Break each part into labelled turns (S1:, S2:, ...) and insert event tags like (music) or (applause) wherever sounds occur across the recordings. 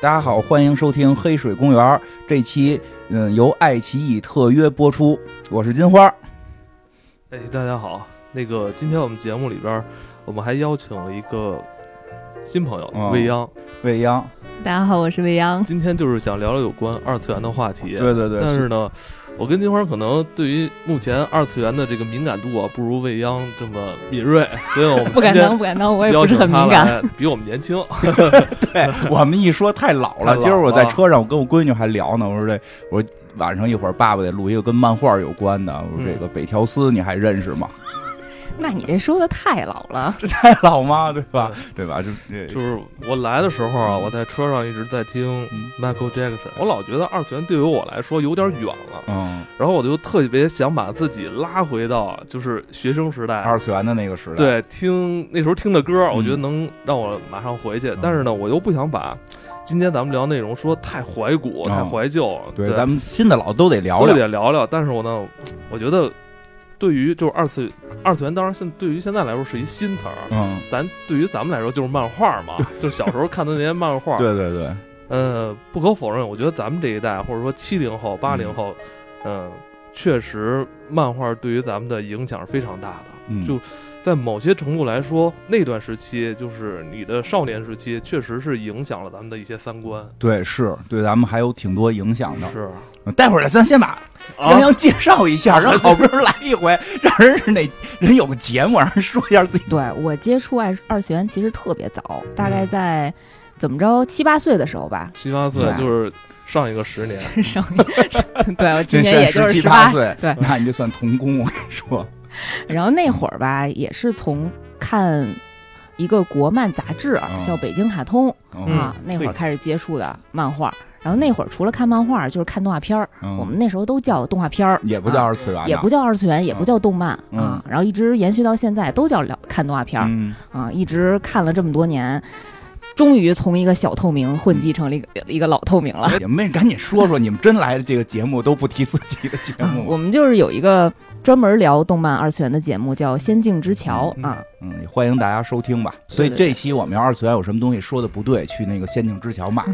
S1: 大家好，欢迎收听《黑水公园》这期，嗯，由爱奇艺特约播出。我是金花，
S2: 哎，大家好，那个今天我们节目里边儿，我们还邀请了一个新朋友
S1: 哦
S2: 未央。
S1: 未央。
S3: 大家好，我是未央。
S2: 今天就是想聊聊有关二次元的话题。
S1: 对对对，
S2: 但是呢，我跟金花可能对于目前二次元的这个敏感度啊，不如未央这么敏锐，所以我们
S3: 不敢
S2: 今天
S3: 当，不敢当，我也
S2: 邀
S3: 不是
S2: 请
S3: 很
S2: 她
S3: 敏感。
S2: 来，比我们年轻。
S1: (laughs) 对
S2: (laughs)
S1: 我们一说太老
S2: 太
S1: 了。
S2: 老
S1: 今儿我在
S2: 了
S1: 车上，我跟我闺女还聊呢，我说这，我说晚上一会儿爸爸得录一个跟漫画有关的。我说这
S2: 嗯
S1: 个北条司你还认
S2: (laughs)
S1: 识吗？
S3: 那你这说的太老了，
S1: 这太老吗？对吧？对吧？这这
S2: 就是我来的时候啊，我在车上一直在听
S1: 嗯
S2: Michael Jackson，我老觉得二次元对于我来说有点远了，
S1: 嗯，
S2: 然后我就特别想把自己拉回到就是学生时代，
S1: 二次元的那个时代。
S2: 对，听那时候听的歌儿，我觉得
S1: 嗯
S2: 能让我马上回去。但是呢，我又不想把今天咱们聊内容说太怀古、
S1: 哦
S2: 太怀旧，
S1: 对，
S2: 对，
S1: 咱们新的老都得聊
S2: 都
S1: 聊。
S2: 得聊聊。但是我呢，我觉得对于就是二次二次元，当然现对于现在来说是一新词儿，啊
S1: 嗯，
S2: 咱对于咱们来说就是漫
S1: (laughs)
S2: 画嘛，就是小时候看的那些漫画。
S1: 对对对，
S2: 呃，不可否认，我觉得咱们这一代，或者说七零后、八零后，嗯、确实漫画对于咱们的影响是非常大的。
S1: 嗯
S2: 就在某些程度来说，那段时期就是你的少年时期，确实是影响了咱们的一些三观。
S1: 对是对咱们还有挺多影响的。
S2: 是
S1: 待会儿咱先把
S2: 啊
S1: 杨，洋介绍一下，让好不容易来一回， (laughs) 让人是那人有个节目，让人说一下自己。
S3: 对我接触二二次元其实特别早，大概在怎么着七八岁的时候吧。
S2: 七八岁
S3: 对
S2: 就是上一个十年。
S3: 真上 (laughs) 瘾对我今
S1: 现
S3: 年
S1: 在
S3: 也就是
S1: 七
S3: 十
S1: 八
S3: 八，
S1: 岁，
S3: 对
S1: 那你就算童工。我跟你说，
S3: 然后那会儿吧，也是从看一个国漫杂志啊
S1: 嗯
S3: 叫《北京卡通》
S2: 嗯
S3: 啊，那会儿开始接触的漫画。然后那会儿除了看漫画，就是看动画片儿，
S1: 嗯
S3: 我们那时候都叫动画片儿，
S1: 也不叫二次元，啊
S3: 也不，叫二次元，也不叫动漫、
S1: 嗯
S3: 啊，然后一直延续到现在，都叫聊看动画片儿、
S1: 嗯， (laughs)
S3: 啊，一直看了这么多年，终于从一个小透明混
S1: 嗯
S3: 迹成了一个、一个老透明了。
S1: 也没赶紧说说，你们真来这个节目都不提自己的节
S3: 啊
S1: 目，
S3: 我们就是有一个专门聊动漫二次元的节目，叫《仙境之桥》
S2: 嗯
S3: 啊，
S1: 嗯，也欢迎大家收听吧。所以
S3: 对对对
S1: 这期我们要二次元有什么东西说的不对，去那个仙境之桥
S3: (laughs)
S1: 骂。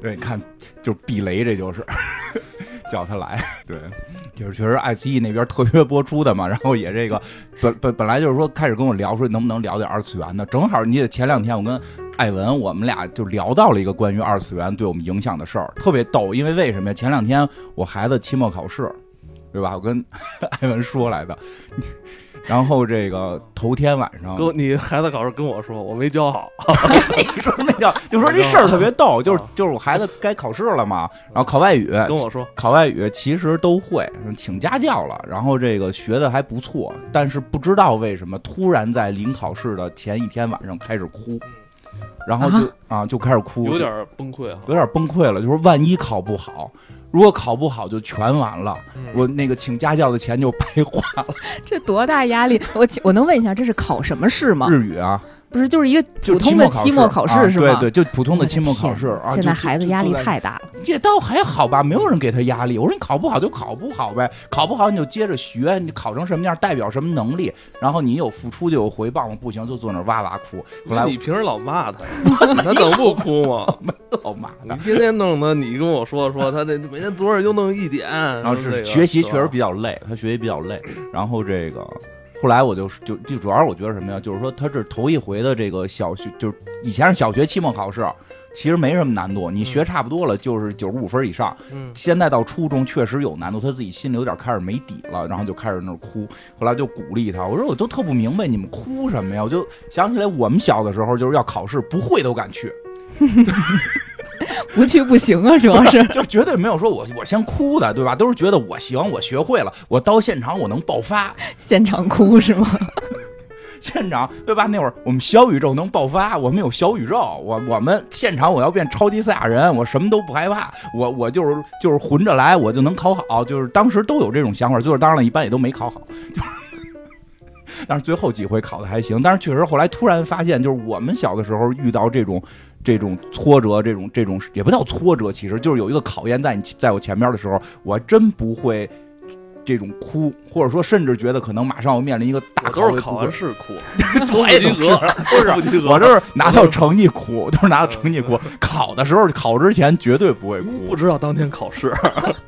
S1: 对，你看，就是避雷，这就是 (laughs) 叫他来。对，就是确实爱奇艺那边特约播出的嘛，然后也这个本本本来就是说开始跟我聊说能不能聊点二次元的，正好你也前两天我跟。艾文，我们俩就聊到了一个关于二次元对我们影响的事儿，特别逗。因为为什么呀？前两天我孩子期末考试，对吧？我跟艾文说来 (laughs) 的。然后这个头天晚上，
S2: 跟你孩子考试跟我说，我没教好，
S1: (laughs) 你说那叫就说这事儿特别逗，就是就是我孩子该考试了嘛，然后考外语，
S2: 跟我说
S1: 考外语其实都会，嗯请家教了，然后这个学的还不错，但是不知道为什么突然在临考试的前一天晚上开始哭，然后就啊就开始哭，
S2: 有点崩溃哈。
S1: 有点崩溃了，就是万一考不好，如果考不好就全完了，
S2: 嗯
S1: 我那个请家教的钱就白花了。
S3: 这多大压力！我请我能问一下，这是考什么试吗？
S1: 日语啊，
S3: 不是，就是一个
S1: 就
S3: 普通的期末考
S1: 考
S3: 试是吗？
S1: 啊对对，就普通
S3: 我
S1: 的
S3: 的
S1: 期末考
S3: 天
S1: 试啊。
S3: 现
S1: 就
S3: 在孩子
S1: 就
S3: 压
S1: 就
S3: 力
S1: 在
S3: 太大了，
S1: 这倒还好吧，没有人给他压力。我说你考不好就考不好呗，考不好你就接着学，你考成什么样代表什么能力，然后你有付出就有回报嘛，不行就坐那儿哇哇哭。后来
S2: 因为你平时老骂他，他能不哭吗？
S1: 我老 (laughs) 骂
S2: 你
S1: 他，
S2: 天天弄的，你跟我说说他那每天昨晚就弄一点，然
S1: 然后是学习确实比较累，他学习比较累，然后这个。后来我就就就主要是我觉得什么呀，就是说他这是头一回的这个小学，就是以前是小学期末考试，其实没什么难度，你学差不多了就是九十五分以上，
S2: 嗯，
S1: 现在到初中确实有难度，他自己心里有点开始没底了，然后就开始那儿哭。后来就鼓励他，我说我都特不明白你们哭什么呀？我就想起来我们小的时候就是要考试，不会都敢去， (laughs)
S3: 不去不行啊，主要是 (laughs)
S1: 就是绝对没有说我我先哭的，对吧？都是觉得我行，我学会了，我到现场我能爆发，
S3: 现场哭是吗？ (laughs)
S1: 现场对吧？那会儿我们小宇宙能爆发，我们有小宇宙，我我们现场我要变超级赛亚人，我什么都不害怕，我我就是就是混着来，我就能考好，就是当时都有这种想法，就是当然了一般也都没考好，就是， (laughs) 但是最后几回考的还行，但是确实后来突然发现，就是我们小的时候遇到这种。这种挫折，这种这种也不叫挫折，其实就是有一个考验在你在我前面的时候，我还真不会这种哭，或者说甚至觉得可能马上要面临一个大
S2: 我都是
S1: 的
S2: 考
S1: 部
S2: 完
S1: 分
S2: 试
S1: (laughs)
S2: 哭，
S1: 我也
S2: 不及格，
S1: 不是
S2: 不及格，嗯
S1: 我这是拿到成绩哭，我都是拿到成绩哭。考的时候，考之前绝对不会哭
S2: 不。知道当天考试，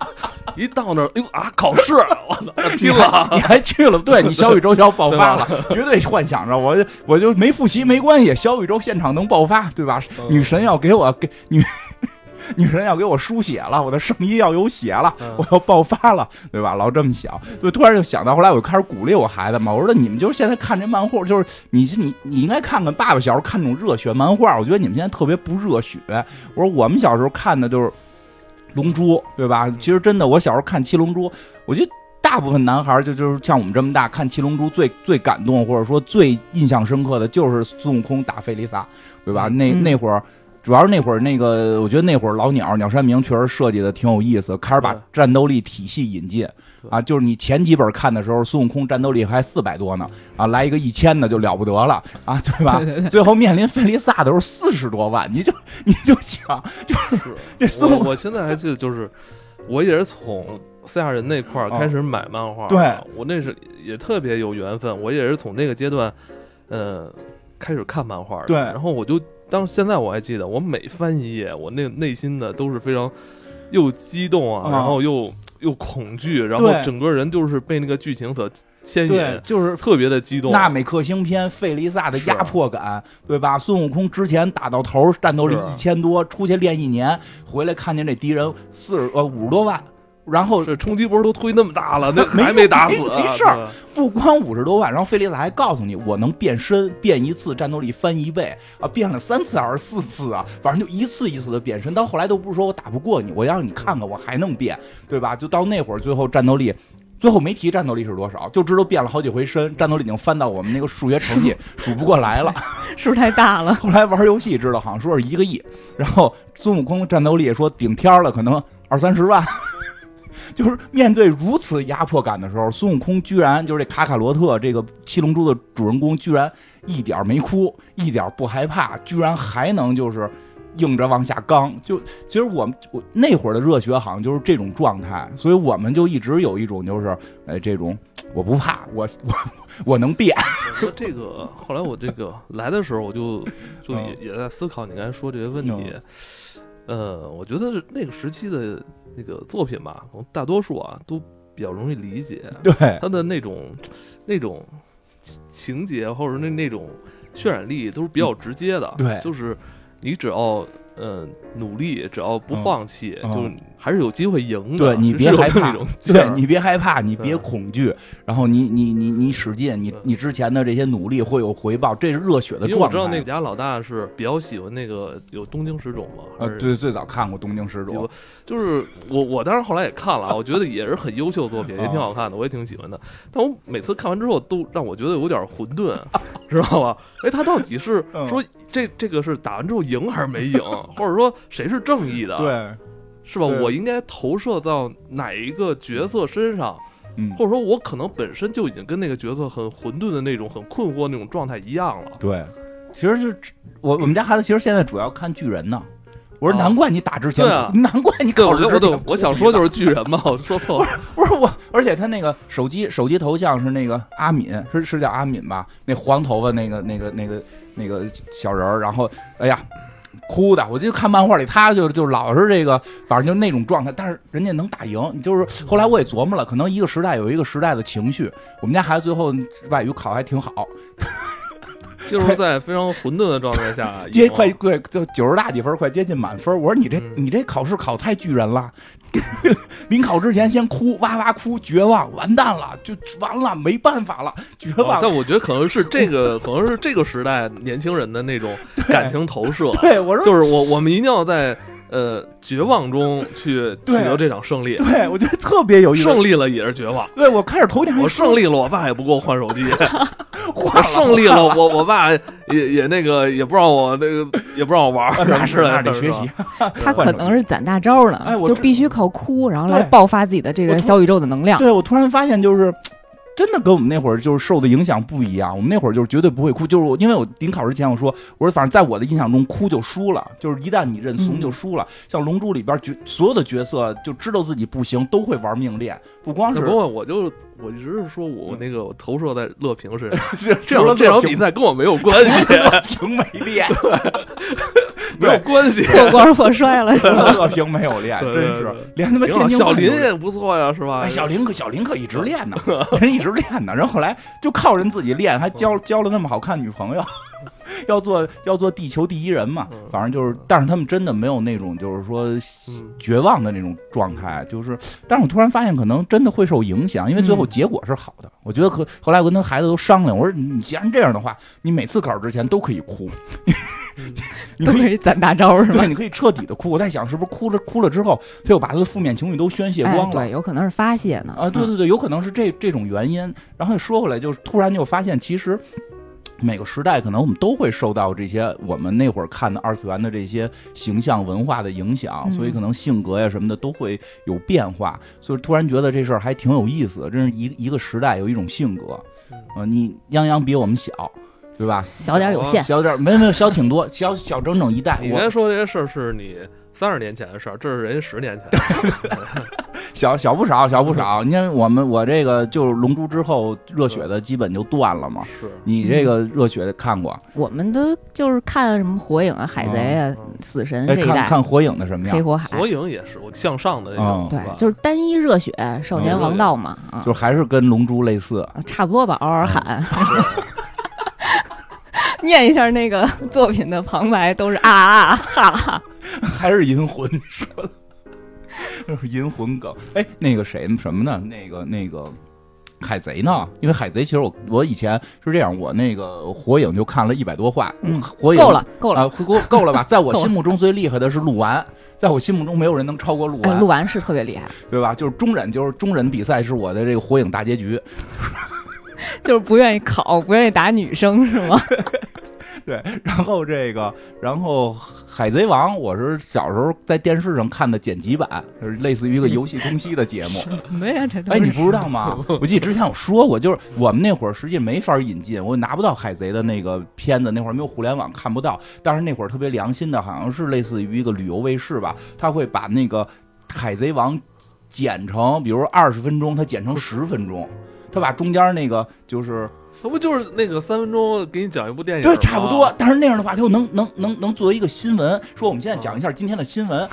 S2: (laughs) 一到那儿，哎呦啊，考 (laughs) 试，我操，那拼了 (laughs) 啊！
S1: 你还去了？对你小宇宙就要爆发了，绝对幻想着我我就没复习没关系，小宇宙现场能爆发，对吧？
S2: 嗯
S1: 女神要给我给女 (laughs) 女神要给我输血了，我的圣衣要有血了
S2: 嗯，
S1: 我要爆发了，对吧？老这么想，就突然就想到，后来我就开始鼓励我孩子嘛，我说你们就是现在看这漫画，就是你你你应该看看爸爸小时候看那种热血漫画，我觉得你们现在特别不热血。我说我们小时候看的就是《龙珠》，对吧？其实真的，我小时候看《七龙珠》，我觉得。大部分男孩就就是像我们这么大看《七龙珠》最最感动或者说最印象深刻的就是孙悟空打费利萨，对吧？那
S3: 嗯
S1: 那会儿主要是那会儿那个，我觉得那会儿老鸟鸟山明确实设计的挺有意思，开始把
S2: 对
S1: 战斗力体系引进
S2: 对
S1: 啊。就是你前几本看的时候，孙悟空战斗力还四百多呢啊，来一个一千的就了不得了啊，对吧？最后面临费利萨的时候四十多万，你就你就想这
S2: 是
S1: 孙
S2: 我
S1: 悟
S2: 我现在还记得，就是我也是从赛亚人那块儿开始买漫画的，啊
S1: 对
S2: 我那是也特别有缘分，我也是从那个阶段，呃，开始看漫画的，
S1: 对
S2: 然后我就当现在我还记得，我每翻一页，我那内心的都是非常又激动啊，
S1: 嗯
S2: 然后又又恐惧，然后
S1: 对
S2: 整个人就是被那个剧情所牵
S1: 对
S2: 引，，
S1: 就是
S2: 特别的激动，
S1: 纳美克星篇费利萨的压迫感，对吧？孙悟空之前打到头，战斗力
S2: 是
S1: 一千多，出去练一年，回来看见这敌人四十呃五十多万，然后
S2: 这冲击波都推那么大了，那
S1: 没
S2: 还打死
S1: 没
S2: 啊，
S1: 没事儿不光五十多万，然后费利萨还告诉你，我能变身，变一次战斗力翻一倍啊，变了三次还是四次啊，反正就一次一次的变身，到后来都不是说我打不过你，我要让你看看我还能变，对吧？就到那会儿，最后战斗力。最后没提战斗力是多少，就知道变了好几回身，战斗力已经翻到我们那个数学成绩数不过来了。
S3: 数太大了，
S1: 后来玩游戏知道，好像说是一个亿，然后孙悟空战斗力说顶天儿了，可能二三十万。 (laughs) 就是面对如此压迫感的时候，孙悟空居然就是这卡卡罗特这个《七龙珠》的主人公，居然一点儿没哭，一点儿不害怕，居然还能就是硬着往下刚。就其实我们我那会儿的热血好像就是这种状态，所以我们就一直有一种就是哎这种我不怕，我我我能变。 (laughs)
S2: 我说这个，后来我这个来的时候，我就就
S1: 嗯
S2: 也也在思考你刚才说这些问题。呃，我觉得是那个时期的那个作品吧，可能大多数啊都比较容易理解，
S1: 对，
S2: 它的那种那种情节或者那那种渲染力都是比较直接的。
S1: 嗯对
S2: 就是你只要。嗯，努力，只要不
S1: 嗯
S2: 放弃，
S1: 嗯
S2: 就是还是有机会赢
S1: 对
S2: 的。
S1: 你别
S2: 是有
S1: 害怕
S2: 那种劲
S1: 对
S2: 儿
S1: 你别害怕，你别
S2: 嗯
S1: 恐惧，然后你你你你使劲，你
S2: 嗯
S1: 你之前的这些努力会有回报，这是热血的
S2: 因为
S1: 状
S2: 我
S1: 态。
S2: 知道那个家老大是比较喜欢那个有东京十种嘛，还
S1: 呃
S2: 是，
S1: 对，最早看过《东京十种
S2: 几》个，就是我我当然后来也看了啊，我觉得也是很优秀的
S1: (laughs)
S2: 作品，也挺好看的，我也挺喜欢的。但我每次看完之后，都让我觉得有点混
S1: (laughs)
S2: 沌，知道吧？哎，他到底是
S1: 嗯
S2: 说这这个是打完之后赢还是没赢，或者说谁是正义的，
S1: 对，
S2: 是吧？
S1: 对
S2: 我应该投射到哪一个角色身上，
S1: 嗯，
S2: 或者说我可能本身就已经跟那个角色很混沌的那种、很困惑的那种状态一样了。
S1: 对，其实是我我们家孩子，其实现在主要看巨人呢。我说
S2: 哦
S1: 难怪你打之前
S2: 对啊
S1: 哭， (laughs) 难怪你
S2: 对，我
S1: 考试
S2: 就
S1: 之
S2: 对
S1: 前，
S2: 我想说
S1: 是
S2: 就是巨人嘛，我说错了。
S1: (laughs) 不是我，而且他那个手机手机头像是那个阿敏，是是叫阿敏吧？那黄头发那个那个那个那个小人儿，然后哎呀，哭的。我记得看漫画里，他就就老是这个，反正就那种状态。但是人家能打赢，就是后来我也琢磨了，可能一个时代有一个时代的情绪。我们家孩子最后外语考还挺好，
S2: 就是在非常混沌的状态下
S1: (laughs) 接
S2: 赢
S1: 快对，就九十大几分，快接近满分。我说你这
S2: 嗯
S1: 你这考试考太巨人了，临考之前先哭，哇哇哭，绝望，完蛋了，就完了，没办法了，绝
S2: 哦
S1: 望。
S2: 但我觉得可能是这个，可能是这个时代年轻人的
S1: (laughs)
S2: 那种感情投射，
S1: 对，我说。
S2: 就是我我们一定要在呃绝望中去取
S1: (laughs) 对
S2: 得这场胜利，
S1: 对，我觉得特别有意思。
S2: 胜利了也是绝望。
S1: 对我开始头天还
S2: 我
S1: 说
S2: 胜利了，我爸也不给我换手
S1: (laughs)
S2: 机；
S1: 话
S2: 我
S1: 了，
S2: 胜利了，我我爸也也那个也不让我那个也不让我玩
S1: (laughs)
S2: 儿，
S1: 那
S2: 是
S1: 是那
S2: 吧
S1: 得学习。。啊
S3: 他可能是攒大招呢
S1: 哎，我
S3: 就
S1: 知
S3: 必须靠哭，然后来
S1: 对
S3: 爆发自己的这
S1: 我突
S3: 个
S1: (laughs)
S3: 小宇宙的能量。
S1: 对我突然发现，就是真的跟我们那会儿就是受的影响不一样。我们那会儿就是绝对不会哭，就是我因为我临考试前我说，我说反正在我的印象中哭就输了，就是一旦你认怂
S2: 嗯
S1: 就输了。像《龙珠》里边角所有的角色就知道自己不行，都会玩命练，不光
S2: 那
S1: 是
S2: 不过我就我一直是说我那个我投射在乐平身上，这
S1: 除了
S2: 场这场
S1: 平
S2: 比赛跟我没有关系，
S1: (laughs) 平没练， (laughs)
S2: 没有关系。
S3: 破罐破摔了。
S1: 除了乐平没有练，真
S2: 对对
S1: 是
S2: 对
S1: 连他妈
S2: 挺好
S1: 天津
S2: 小
S1: 饭都
S2: 林
S1: 练
S2: 也不错呀，是吧？
S1: 哎，小林可小林可一直练呢， (laughs) 人一直练呢。然后后来就靠人自己练，还交交了那么好看女朋友， (laughs) 要做要做地球第一人嘛
S2: 嗯。
S1: 反正就是，但是他们真的没有那种就是说
S2: 嗯
S1: 绝望的那种状态，就是。但是我突然发现，可能真的会受影响，因为最后结果是好的。我觉得可后来我跟他孩子都商量，我说你既然这样的话，你每次考试之前都可以哭，
S2: 嗯
S1: 你
S3: 都
S1: 可以
S3: 是攒大招是吗？
S1: 对，你可以彻底的哭。我在想，是不是哭了哭了之后，他又把他的负面情绪都宣泄
S3: 哎
S1: 光，了
S3: 对，？有可能是发泄呢。嗯
S1: 啊，对对对，
S2: 嗯
S1: 有可能是这这种原因。然后说回来，就是突然就发现，其实每个时代可能我们都会受到这些我们那会儿看的二次元的这些形象文化的影响，
S2: 嗯
S1: 所以可能性格呀什么的都会有变化。所以突然觉得这事儿还挺有意思，真是一一个时代有一种性格。
S2: 嗯
S1: 啊，你泱泱比我们小，对吧？
S3: 小点儿有限，
S1: 小点儿没有没有小挺多， (laughs) 小小整整一代。
S2: 你刚才
S1: 我
S2: 说这些事儿是你三十年前的事儿，这是人家十年前。
S1: 小小不少，小不少。因为我们我这个就是龙珠之后热血的基本就断了 (laughs) 嘛。
S2: 是，
S1: 你这个热血看过？
S3: 我们都就是看什么火影啊、海贼啊
S2: 嗯、
S3: 死神
S1: 哎，
S3: 这一
S1: 看
S3: 代，
S1: 看火影的什么
S3: 黑
S1: 样？
S3: 火海
S2: 火，影也是我向上的那
S1: 嗯
S2: 种，
S3: 对
S2: 吧，
S3: 就是单一热血少年王道嘛啊
S1: 哦就，嗯还是跟龙珠类似。 (laughs) 哎
S3: 啊差不多吧，嗷嗷喊。 (laughs) 念一下那个作品的旁白，都是啊啊啊哈哈。
S1: 还是银魂，你说的，就是银魂梗。哎，那个谁什么呢？那个那个海贼呢？因为海贼其实我我以前是这样，我那个火影就看了一百多话，
S3: 嗯
S1: 火影
S3: 够了，够了，
S1: 啊，够够
S3: (laughs)
S1: 了吧？在我
S3: 够了
S1: 心目中最厉害的是鹿丸，在我心目中没有人能超过鹿
S3: 哎，
S1: 丸
S3: 录，完是特别厉害，
S1: 对吧？就是中忍，就是中忍比赛是我的这个火影大结局。
S3: 就是不愿意考，不愿意打女生是吗？
S1: 对，然后这个，然后《海贼王》，我是小时候在电视上看的剪辑版，就是类似于一个游戏公司的节目。
S3: (laughs) 没呀，这都
S1: 哎，
S3: 是
S1: 你不知道吗？ (laughs) 我记得之前我说过，就是我们那会儿实际没法引进，我拿不到海贼的那个片子，那会儿没有互联网看不到。但是那会儿特别良心的，好像是类似于一个旅游卫视吧，他会把那个《海贼王》剪成，比如二十分钟，他剪成十分钟，他把中间那个就是。
S2: 那不就是那个三分钟给你讲一部电影吗？啊
S1: 对，差不
S3: 啊
S1: 多。但是那样的话，它又能能能能作为一个新闻，说我们现在讲一下今天的新闻。
S3: 啊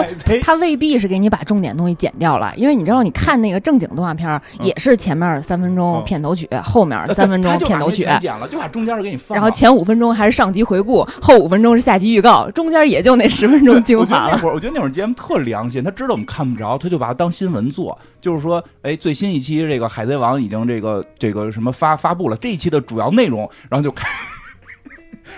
S1: (laughs) 海贼
S3: 他未必是给你把重点东西剪掉了，因为你知道，你看那个正经动画片儿，
S1: 嗯
S3: 也是前面三分钟
S1: 嗯
S3: 片头曲，后面
S1: 呃
S3: 三分
S1: 他
S3: 钟
S1: 就把
S3: 片头
S1: 那
S3: 曲，
S1: 全剪了，就把中间儿给你放
S3: 然
S1: 了。
S3: 后前五分钟还是上集回顾，后五分钟是下集预告，中间也就那十分钟精
S1: 我觉得
S3: 华
S1: 那
S3: 了。
S1: 会儿，我觉得那会儿节目特良心，他知道我们看不着，他就把它当新闻做。就是说，哎，最新一期这个《海贼王》已经这个这个什么发发布了，这一期的主要内容，然后就开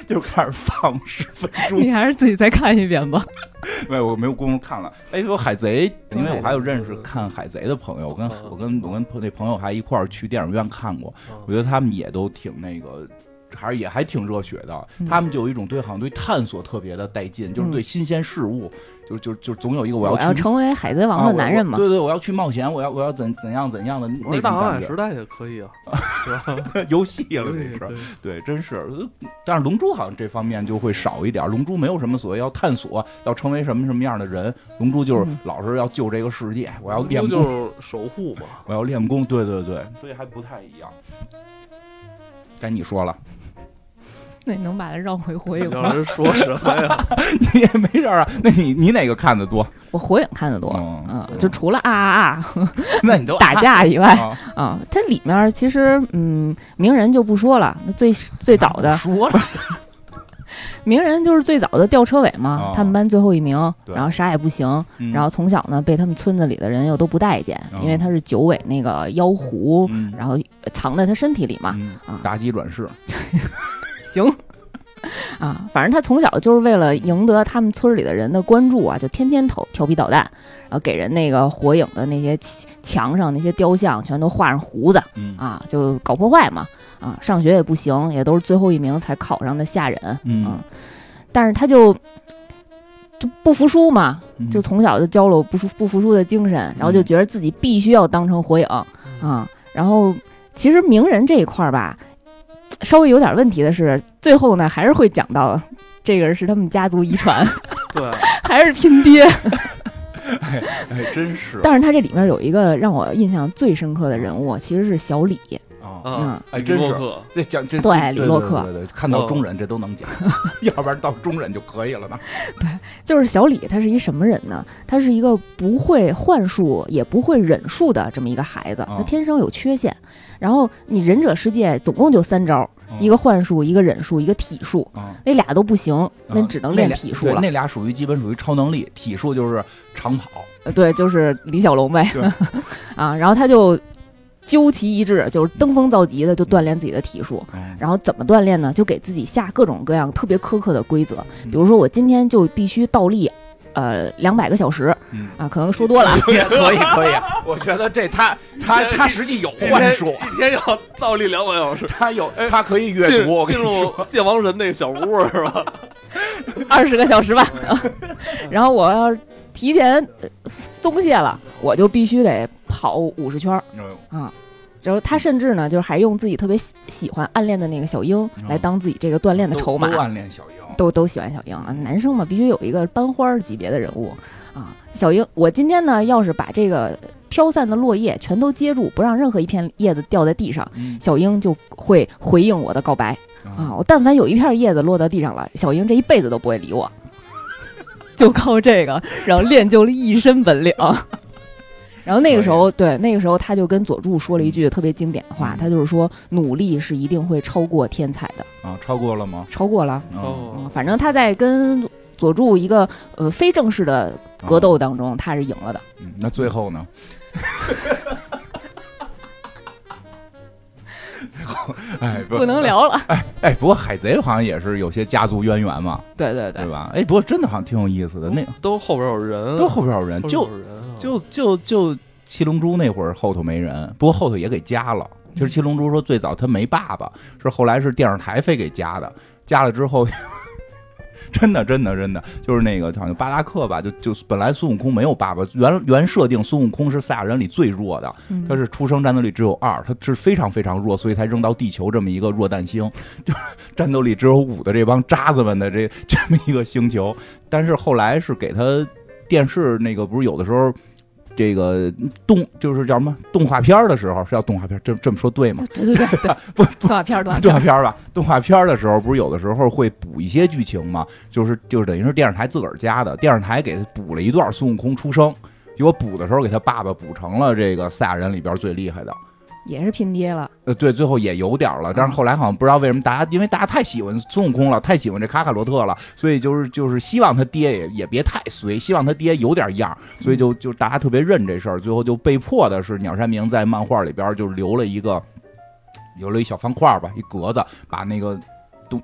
S1: 就开始 (laughs) 放十分钟。
S3: 你还是自己再看一遍吧。
S1: (laughs) 没有，我没有功夫看了。哎，说海贼，因为我还有认识
S2: 嗯
S1: 看海贼的朋友，我跟
S2: 嗯
S1: 我跟我跟那朋友还一块儿去电影院看过，
S2: 嗯
S1: 我觉得他们也都挺那个。还是也还挺热血的，
S3: 嗯
S1: 他们就有一种对好像对探索特别的带劲，就是
S3: 嗯
S1: 对新鲜事物，就就就总有一个我
S3: 我
S1: 要
S3: 要
S1: 去
S3: 成为海贼王
S1: 啊
S3: 的
S1: 我
S3: 男人嘛，
S1: 对对，我要去冒险，我要我要怎怎样怎样的那
S2: 我说
S1: 种
S2: 大航
S1: 感
S2: 海
S1: 觉
S2: 时，代也可
S1: (laughs)
S2: 以啊，是吧？
S1: 游戏了
S2: 对
S1: 这是，
S2: 对
S1: 对，真是。呃但是龙珠好像这方面就会少一点，龙珠没有什么所谓要探索，要成为什么什么样的人，龙珠就是
S3: 嗯
S1: 老是要救这个世界，我要
S2: 不
S1: 练
S2: 就
S1: 功，
S2: 是守护 (laughs) 嘛。
S1: 我要练功，对对对，所以还不太一样。该你说了， (laughs)
S3: 那你能把它绕回火
S2: 你
S3: 影
S1: 嗯
S2: 让
S3: 吗？
S2: 人说什么呀？
S1: 你也没事儿啊。那你你哪个看的多？
S3: 我火影看的多，
S1: 嗯，
S3: 嗯，就除了啊啊
S1: (laughs)
S3: 啊
S1: 那你都
S3: 打架以外
S1: 啊，
S3: 啊，它里面其实嗯，鸣人就不说了，那最最早
S1: (laughs)
S3: 的
S1: 说了，
S3: 鸣人就是最早的吊车尾嘛，
S1: 哦
S3: 他们班最后一名，
S1: 对
S3: 然后啥也不行，
S1: 嗯
S3: 然后从小呢被他们村子里的人又都不待见，
S1: 哦
S3: 因为他是九尾那个妖狐，
S1: 嗯
S3: 然后藏在他身体里嘛。
S1: 嗯
S3: 啊
S1: 妲己转世，
S3: 行， (laughs) 啊，反正他从小就是为了赢得他们村里的人的关注啊，就天天投调皮捣蛋，然后给人那个火影的那些墙墙上那些雕像全都画上胡子
S1: 嗯
S3: 啊，就搞破坏嘛。啊，上学也不行，也都是最后一名才考上的下人。
S1: 嗯
S3: 嗯，但是他就就不服输嘛，
S1: 嗯
S3: 就从小就教了我不服不服输的精神，然后就觉得自己必须要当成火影啊、
S2: (laughs) 嗯，
S3: 然后其实名人这一块儿吧，稍微有点问题的是，最后呢还是会讲到这个是他们家族遗传， (laughs)
S2: 对，啊
S3: 还是拼爹。
S1: 哎哎，真是
S3: 但是他这里面有一个让我印象最深刻的人物，其实是小李。
S1: 啊！
S2: 啊，
S1: 哎真是
S2: 李洛克
S1: 这讲这
S3: 对
S1: 这
S3: 李洛克
S1: 对对对对看
S2: 哦
S1: 到中人这都
S2: (laughs)
S1: 能讲，要不然到中人就可以了呢。
S3: 就是小李，他是一什么人呢？他是一个不会幻术，也不会忍术的这么一个孩子，
S1: 哦
S3: 他天生有缺陷。然后你忍者世界总共就三招，
S1: 嗯
S3: (laughs) 一个幻术，一个忍术，一个体术，
S1: 啊，
S3: 那俩都不行，那
S1: 嗯
S3: 只能练
S1: 那俩
S3: 体术
S1: 对
S3: 了。
S1: 那俩属于基本属于超能力，体术就是长
S2: 哦
S1: 跑。
S3: 呃对，就是李小龙呗
S1: 对。
S3: 啊，然后他就究其一致，就是登峰造极的就锻炼自己的体术。
S1: 嗯
S3: 然后怎么锻炼呢？就给自己下各种各样特别苛刻的规则，
S1: 嗯
S3: 比如说我今天就必须倒立，呃，两百个小时
S1: 嗯，
S3: 啊，可能说多了啊，
S1: (laughs) 也可以可以，啊我觉得这他
S2: (laughs)
S1: 他他实际有幻术，
S2: 一天要倒立两百小时。
S1: 他有他可以阅
S2: 哎进
S1: 读。我跟
S2: 进
S1: 你说，
S2: 入界王神那个小屋是吧？
S3: 二十个小时吧。嗯然后我要提前呃松懈了，我就必须得跑五十圈儿
S1: 嗯
S3: 啊。然后他甚至呢，就是还用自己特别喜喜欢暗恋的那个小樱来当自己这个锻炼的筹码，
S1: 都都暗恋小樱。
S3: 都都喜欢小樱啊。男生嘛，必须有一个班花儿级别的人物啊。小樱，我今天呢，要是把这个飘散的落叶全都接住，不让任何一片叶子掉在地上，
S1: 嗯
S3: 小樱就会回应我的告白啊。
S1: 啊，
S3: 我但凡有一片叶子落到地上了，小樱这一辈子都不会理我。 (laughs) 就靠这个，然后练就了一身本领。 (laughs) 然后那个时候，对那个时候，他就跟佐助说了一句特别经典的话
S1: 嗯，
S3: 他就是说，努力是一定会超过天才的，
S1: 啊超过了吗？
S3: 超过了。
S1: 嗯，
S3: 嗯，
S2: 哦，
S3: 反正他在跟佐助一个呃非正式的格斗当中，他是赢了的。
S1: 嗯那最后
S2: (laughs)
S1: 呢？最后，哎，
S3: 不能。聊了，
S1: 哎，不过海贼好像也是有些家族渊源嘛，
S3: 对对对
S1: 对，吧？哎，不过真的好像挺有意思的，那
S2: 都后边有人，啊
S1: 都后边有人，
S2: 后边
S1: 就
S2: 有人啊，
S1: 就就就七龙珠那会儿后头没人，不过后头也给加了。其实七龙珠说最早他没爸爸，是后来是电视台非给加的，加了之后。 (laughs) 真的，真的，真的，就是那个好像巴拉克吧，就就本来孙悟空没有爸爸，原原设定孙悟空是赛亚人里最弱的，
S3: 嗯
S1: 他是出生战斗力只有二，他是非常非常弱，所以才扔到地球这么一个弱蛋星， (laughs) 就战斗力只有五的这帮渣子们的这这么一个星球。但是后来是给他电视那个不是有的时候。这个动就是叫什么动画片儿的时候是叫动画片儿，这这么说对吗？
S3: 对对对对，
S1: (laughs) 不
S3: 动画片儿动画
S1: 动
S3: 片
S1: 画
S3: 儿，
S1: 片儿吧，动画片儿的时候不是有的时候会补一些剧情吗？就是就是等于是电视台自个儿加的，电视台给他补了一段孙悟空出生，结果补的时候给他爸爸补成了这个赛亚人里边儿最厉害的。
S3: 也是拼爹了。
S1: 呃，对，最后也有点儿了，但是后来好像不知道为什么大家，因为大家太喜欢孙悟空了，太喜欢这卡卡罗特了，所以就是就是希望他爹也也别太随，希望他爹有点样儿，所以就就大家特别认这事儿，最后就被迫的是鸟山明在漫画里边儿就留了一个留了一小方块儿吧，一格子，把那个东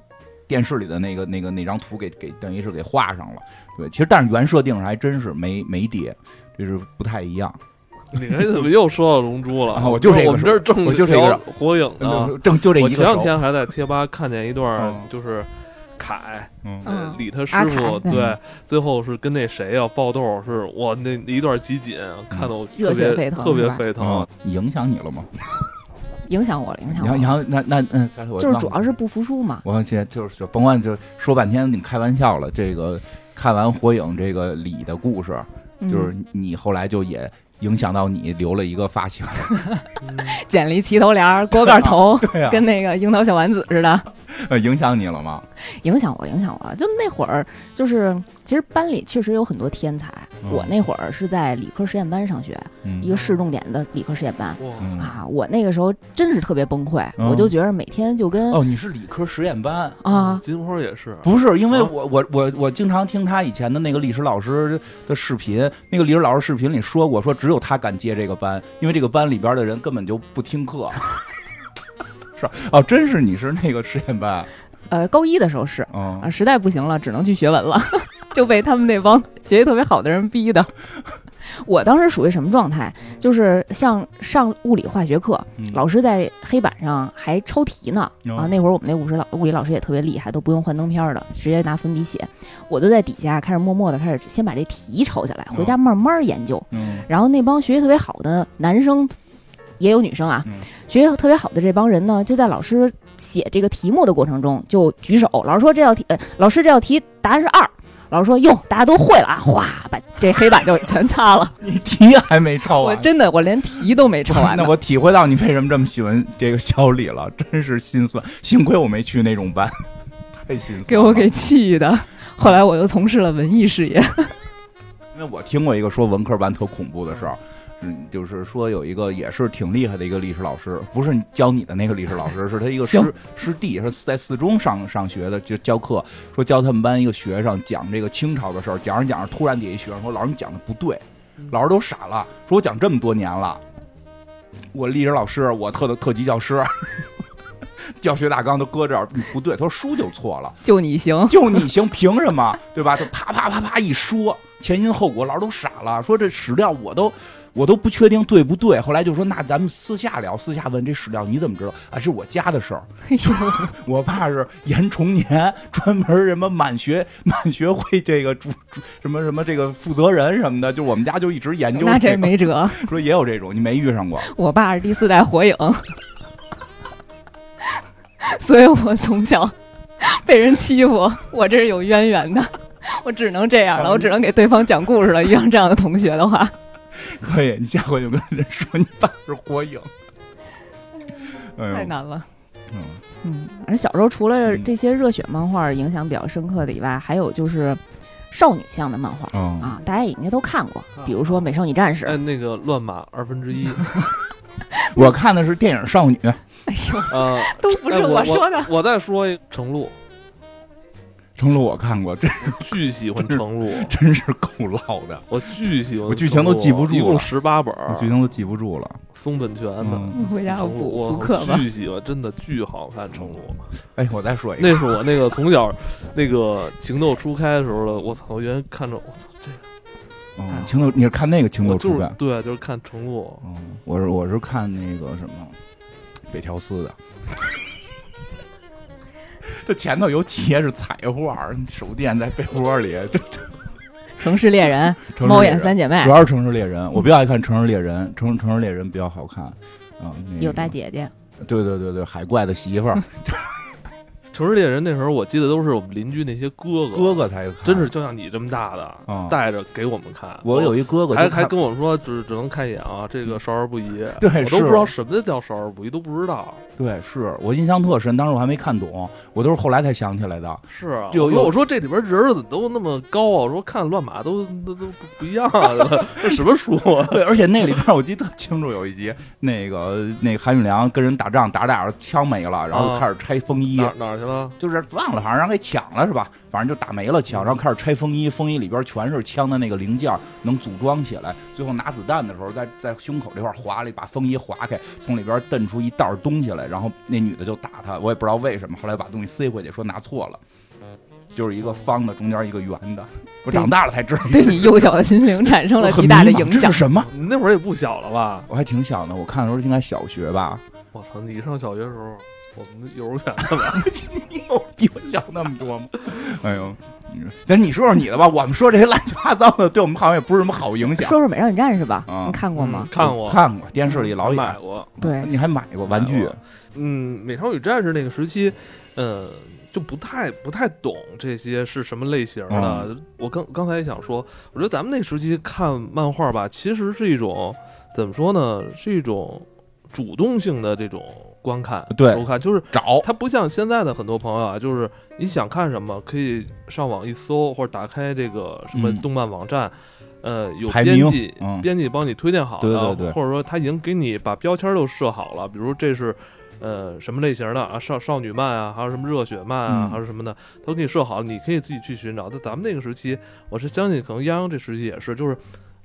S1: 电视里的那个那个那张图给给等于是给画上了，对，其实但是原设定上还真是没没爹，这是不太一样。
S2: 你这怎么又说到龙珠了？
S1: 啊我就这个
S2: 我们这儿正
S1: 我就这个
S2: 聊火影呢。
S1: 正就这一
S2: 哦我
S1: 个
S2: 前两
S1: 手，
S2: 天还在贴吧看见
S1: (laughs)
S2: 一段
S1: 嗯，
S2: 就是凯
S1: 嗯
S3: 嗯
S2: 呃理他师
S3: 阿
S2: 傅
S3: 凯嗯对
S2: 对，最后是跟那谁呀爆豆，是我那一段集锦看的我特
S3: 热血
S2: 别
S3: 沸腾
S2: 特别
S3: 是吧
S2: 沸腾
S1: 嗯，，影响你了吗？
S3: 影响我了，影响
S1: 杨
S3: 我了，
S1: 杨，那那嗯，但是我
S3: 就是
S1: 忘
S3: 主
S1: 了
S3: 要是不服输嘛。
S1: 我现在就是就甭管就说半天，你们开玩笑了。这个看完《火影》这个李的故事，
S3: 嗯
S1: 就是你后来就也影响到你留了一个发型，
S2: 嗯
S3: 剪了一齐头帘儿，锅
S1: (laughs)
S3: 盖头，
S1: 对呀、
S3: 跟那个樱桃小丸子似的。
S1: 呃影响你了吗？
S3: 影响我，影响我了。就那会儿，就是其实班里确实有很多天才。
S1: 嗯
S3: 我那会儿是在理科实验班上学，一
S1: 嗯
S3: 个市重点的理科实验班
S2: 哇，
S1: 嗯
S3: 啊。我那个时候真是特别崩溃，
S1: 嗯
S3: 我就觉得每天就跟、
S1: 哦，你是理科实验班。
S3: 啊，
S2: 金花也是，
S1: 不是，因为
S2: 啊
S1: 我我我我经常听他以前的那个历史老师的视频，那个历史老师视频里说过，说只有他敢接这个班，因为这个班里边的人根本就不听课。 (laughs) 是哦，真是你是那个实验班，
S3: 呃，高一的时候是
S1: 嗯
S3: 啊，，实在不行了，只能去学文了， (laughs) 就被他们那帮学习特别好的人逼的。 (laughs) 我当时属于什么状态？就是像上物理化学课，
S1: 嗯
S3: 老师在黑板上还抄题呢。
S1: 哦
S3: 啊，那会儿我们那物质老物理老师也特别厉害，都不用幻灯片儿的，直接拿粉笔写。我就在底下开始默默的开始先把这
S1: 哦
S3: (laughs) 题抄下来，回家慢慢研究。
S1: 嗯
S3: 然后那帮学习特别好的男生也有女生啊
S1: 嗯，
S3: 学习特别好的这帮人呢，就在老师写这个题目的过程中就举手，老师说这道题，呃，老师这道题答案是二，老师说哟，大家都会了啊，哗，把这黑板就全擦
S1: (laughs)
S3: 了。
S1: 你题还没抄
S3: 我
S1: 完，
S3: 真的我连题都没抄完呢
S1: 那。我体会到你为什么这么喜欢这个小李了，真是心酸。幸亏我没去那种班， (laughs) 太心酸了。
S3: 给我给气的。 (laughs) 后来我又从事了文艺事业，
S1: 因为我听过一个说文科班特恐怖的事儿，嗯，就是说有一个也是挺厉害的一个历史老师，不是教你的那个历史老师，是他一个师
S3: 行
S1: 师弟，是在四中上上学的，就教课，说教他们班一个学生讲这个清朝的事儿，讲着讲着，突然底下一学生说：“老师，你讲的不对。”老师都傻了，说我讲这么多年了，我历史老师，我特的特级教师。教学大纲都搁这儿，你不对。他说书就错了，
S3: 就你
S1: (laughs)
S3: 行。
S1: 就你行，凭什么？ (laughs) 对吧？就啪啪啪啪一说，前因后果，老师都傻了，说这史料我都。我都不确定对不对，后来就说那咱们私下聊，私下问这史料你怎么知道啊？这是我家的事儿，
S3: 哎呦，
S1: 我爸是严崇年，专门什么满学满学会这个主主什么什么这个负责人什么的，就我们家就一直研究、
S3: 那
S1: 这
S3: 这
S1: 个
S3: 没辙。
S1: 说也有这种，你没遇
S3: (laughs)
S1: 上过？
S3: 我爸是第四代火影， (laughs) 所以我从小被人欺负，我这是有渊源的。我只能这
S1: 嗯
S3: 样了，我只能给对方讲故事了。遇上这样的同学的话，
S1: 可以，你下回就跟人说你爸是火影。哎
S3: 太
S1: 呦，
S3: 难了。
S1: 嗯
S3: 嗯，而小时候除了
S1: 嗯
S3: 这些热血漫画影响比较深刻的以外，还有就是少女向的漫画
S1: 嗯
S3: 啊，大家也应该都看过，比如说《美少女战士》
S2: 哎，那个乱码二分之一，
S1: 我看的是电影《少女》，
S3: 哎呦，
S2: 呃，
S3: (laughs) 都不
S2: 哎
S3: 是
S2: 我
S3: 说的。
S2: 我我再说一程璐，
S1: 程璐我看过，这
S2: 巨喜欢程璐，啊
S1: 真是够唠的，
S2: 我巨喜欢程璐，
S1: 我剧情都记不住了
S2: 一共十八本儿，
S1: 我剧情都记不住了。
S2: 松本全的。
S1: 嗯，
S3: (laughs) 回家要
S2: 程璐
S3: 补
S2: 我
S3: 补课吧。
S2: 巨喜欢，真的巨好看。程璐，
S1: 哎，我再说一个，
S2: 那是我那个从小那个情窦初开的时候了。我操，我原来看着我操这个，
S1: 嗯，情窦，你是看那个情
S2: 我
S1: 窦
S2: 就
S1: 初
S2: 是
S1: 开？
S2: 对，就是看程璐。
S1: 嗯，我是我是看那个什么北条司的， (laughs) 这前头有茄是彩画儿，手电在被窝里，这这
S3: 城市猎人、
S1: 城市
S3: 猫
S1: 猎
S3: 眼
S1: 人
S3: 三姐妹
S1: 主，要是城市猎人，我比较爱看城市猎人，城城市猎人比较好看。啊、那个
S3: 有大姐姐，
S1: 对对对对，海怪的媳
S2: (laughs)
S1: 妇儿，
S2: 城市猎人那时候我记得都是我们邻居那些哥哥，
S1: 哥哥才看，
S2: 真是就像你这么大的，
S1: 啊
S2: 带着给我们看。
S1: 我有一哥哥就
S2: 还
S1: 看，
S2: 还跟我说，只只能看一眼啊，这个少儿不宜。
S1: 对是
S2: 我都不知道什么叫少儿不宜，都不知道。
S1: 对，是我印象特深，当时我还没看懂，我都是后来才想起来的。
S2: 是啊，
S1: 有
S2: 我
S1: 有
S2: 说我说这里边人儿怎么都那么高啊？我说看乱码都都都不不一样 (laughs) 啊，这什么书啊？
S1: 对，而且那里边我记得特清楚，有一集那个那个韩宇良跟人打仗，打着打着枪没了，然后
S2: 啊
S1: 开始拆风衣，
S2: 哪儿哪儿去了？
S1: 就是忘了，好像让给抢了是吧？反正就打没了
S3: 嗯
S1: 枪，然后开始拆风衣，风衣里边全是枪的那个零件，能组装起来。最后拿子弹的时候，在在胸口这块划了一把风衣划开，从里边瞪出一袋东西来，然后那女的就打他，我也不知道为什么，后来把东西塞回去，说拿错了。就是一个方的，中间一个圆的。我长大了才知道，
S3: 对你幼小的心灵产生了极
S1: (laughs)
S3: 大的影
S1: 这
S3: 响
S1: 是。什么？
S2: 你那会儿也不小了吧？
S1: 我还挺小呢，我看的时候应该小学吧。
S2: 我操！你上小学的时候，我们幼儿园的吧？ (laughs)
S1: 你有比我小那么多吗？ (laughs) 哎呦，那你说说你的吧。我们说这些乱七八糟的，对我们好像也不是什么好影响。
S3: 说说《美少女战士》吧，
S1: 啊
S3: 你看过吗
S2: 嗯？看过，
S1: 看过电视里老
S2: 买
S1: 演，
S2: 过。
S3: 对
S1: 嗯你还买过玩具
S2: 买？过嗯，美少女战士那个时期，呃，就不太不太懂这些是什么类型的。我刚刚才也想说，我觉得咱们那时期看漫画吧，其实是一种怎么说呢，是一种主动性的这种观看、
S1: 对
S2: 收看，就是
S1: 找
S2: 它不像现在的很多朋友啊，就是你想看什么可以上网一搜，或者打开这个什么
S1: 嗯
S2: 动漫网站。呃，有
S1: 排
S2: 编
S1: 名
S2: 辑，
S1: 嗯
S2: 编辑帮你推荐好的，
S1: 对对对
S2: 或者说他已经给你把标签都设好了，比如这是呃什么类型的啊，少少女漫啊，还有什么热血漫啊，
S1: 嗯
S2: 还有什么的，都给你设好，你可以自己去寻找。但咱们那个时期，我是相信可能泱泱这时期也是，就是。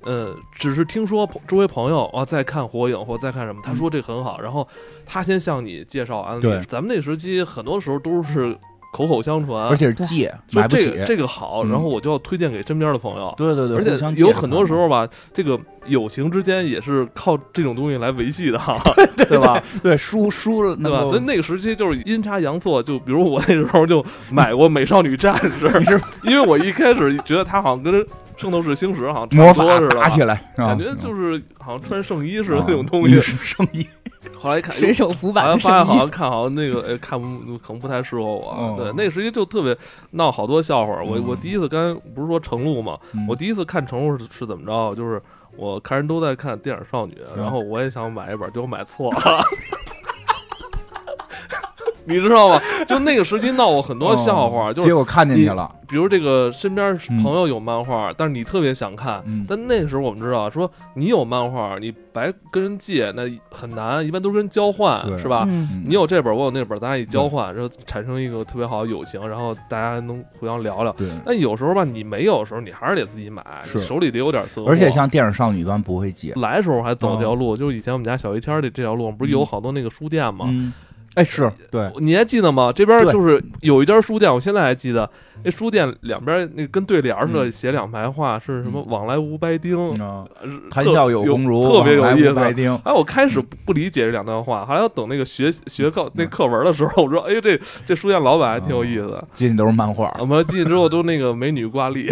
S2: 呃，只是听说朋周围朋友啊在看火影或在看什么，他说这很好，然后他先向你介绍安
S1: 嗯
S2: 利
S1: 对。
S2: 咱们那时期很多时候都是口口相传，
S1: 而且是借
S2: 说
S1: 买不
S2: 这
S1: 起，
S2: 个这个好，
S1: 嗯
S2: 然后我就要推荐给身边的朋友。
S1: 对对对，
S2: 而
S1: 互相
S2: 且
S1: 借
S2: 有
S1: 着
S2: 很多
S1: 看
S2: 时候吧，这个友情之间也是靠这种东西来维系的，哈，对吧？
S1: 对输输了，
S2: 对吧？
S1: 能够
S2: 所以那个时期就是阴差阳错，就比如我那时候就买过《美少女战士》，
S1: (laughs)
S2: 因为我一开始觉得它好像跟《圣斗士星矢》好像差
S1: 魔
S2: 不多
S1: 法
S2: 似的吧，
S1: 打起来，是吧
S2: 感觉就是好像穿上衣似的
S1: 啊
S2: 那种东西
S1: 女。士圣衣，
S2: 后来一看，哎
S3: 水手服
S2: 好
S3: 版
S2: 像
S3: 的
S2: 发现
S3: 声
S2: 好
S3: 音，
S2: 像看好像那个呃看不可能不太适合我
S1: 哦。
S2: 对，那个时期就特别闹好多笑话。我
S1: 嗯
S2: 我第一次刚才不是说程璐嘛，
S1: 嗯
S2: (laughs) 我第一次看程璐是是怎么着？就是我看人都在看电影少女，
S1: 嗯
S2: 然后我也想买一本，结果买错了。 (laughs) 你知道吗？就那个时期闹过很多笑话，
S1: 哦
S2: 就
S1: 结
S2: 是
S1: 果嗯看进去了，
S2: 比如这个身边朋友有漫画，但是你特别想看，
S1: 嗯
S2: 但那时候我们知道，说你有漫画，你白跟人借那很难，一般都是跟人交换，
S1: 对
S2: 是吧？
S3: 嗯，
S1: 嗯
S2: 你有这本，我有那本，咱俩一交换，然后产生一个特别好的友情，然后大家能互相聊聊。
S1: 对，
S2: 但有时候吧，你没有的时候，你还是得自己买，
S1: 是
S2: 你手里得有点存货。
S1: 而且像嗯电影少女一般不会借，
S2: 来的时候我还走这条路，就是以前我们家小一天的这条路，不是有好多那个书店吗？
S1: 嗯，哎是对，
S2: 你还记得吗？这边
S1: 对
S2: 就是有一家书店，我现在还记得，那书店两边那跟对联似的，写两排话，是什么“往来无白丁”，
S1: 嗯
S2: 呃
S1: 谈
S2: 特
S1: 笑有鸿儒，
S2: 特别有
S1: 往来
S2: 意
S1: 无白
S2: 思。
S1: 丁，
S2: 哎，我开始不理解这两段话，后来要等那个学学课那课文的时候，我说，哎，这这书店老板还挺有意思的。
S1: 进去都是漫画，
S2: 我们进去之后都那个美女
S1: (laughs)
S2: 挂历，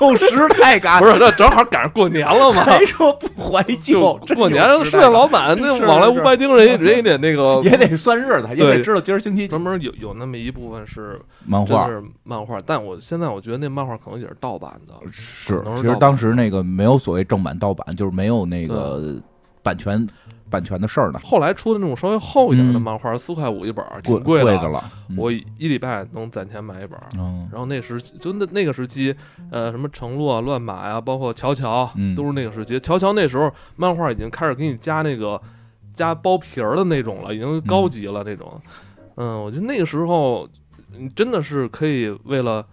S1: 有时太赶
S2: 不是，这正好赶上过年了嘛。
S1: 啊还说不怀
S2: 就
S1: 旧，
S2: 过年
S1: 了，
S2: 了，书店老板那
S1: 是
S2: 往来无
S1: 是
S2: 白丁，
S1: (laughs)
S2: 人家人也得那个
S1: 也得算日子，也
S2: 对
S1: 得知道今儿星期几
S2: 专门有有那么一部分是
S1: 漫
S2: 真
S1: 画。
S2: 是漫画，但我现在我觉得那漫画可能也是盗版的，
S1: 是
S2: 可能，是
S1: 其实
S2: 盗版
S1: 当时那个没有所谓正版盗版，就是没有那个版权版权的事儿呢，
S2: 后来出的那种稍微厚一点的
S1: 嗯
S2: 漫画，四块五一本儿，
S1: 贵
S2: 挺贵
S1: 的
S2: 的。啊
S1: 了。嗯
S2: 我一礼拜能攒钱买一本儿。
S1: 嗯
S2: 然后那时期就那那个时期，呃，什么程璐啊、乱马呀、包括乔乔，
S1: 嗯
S2: 都是那个时期。乔乔那时候漫画已经开始给你加那个加包皮儿的那种了，已经高级了那种。嗯，我觉得那个时候你真的是可以为了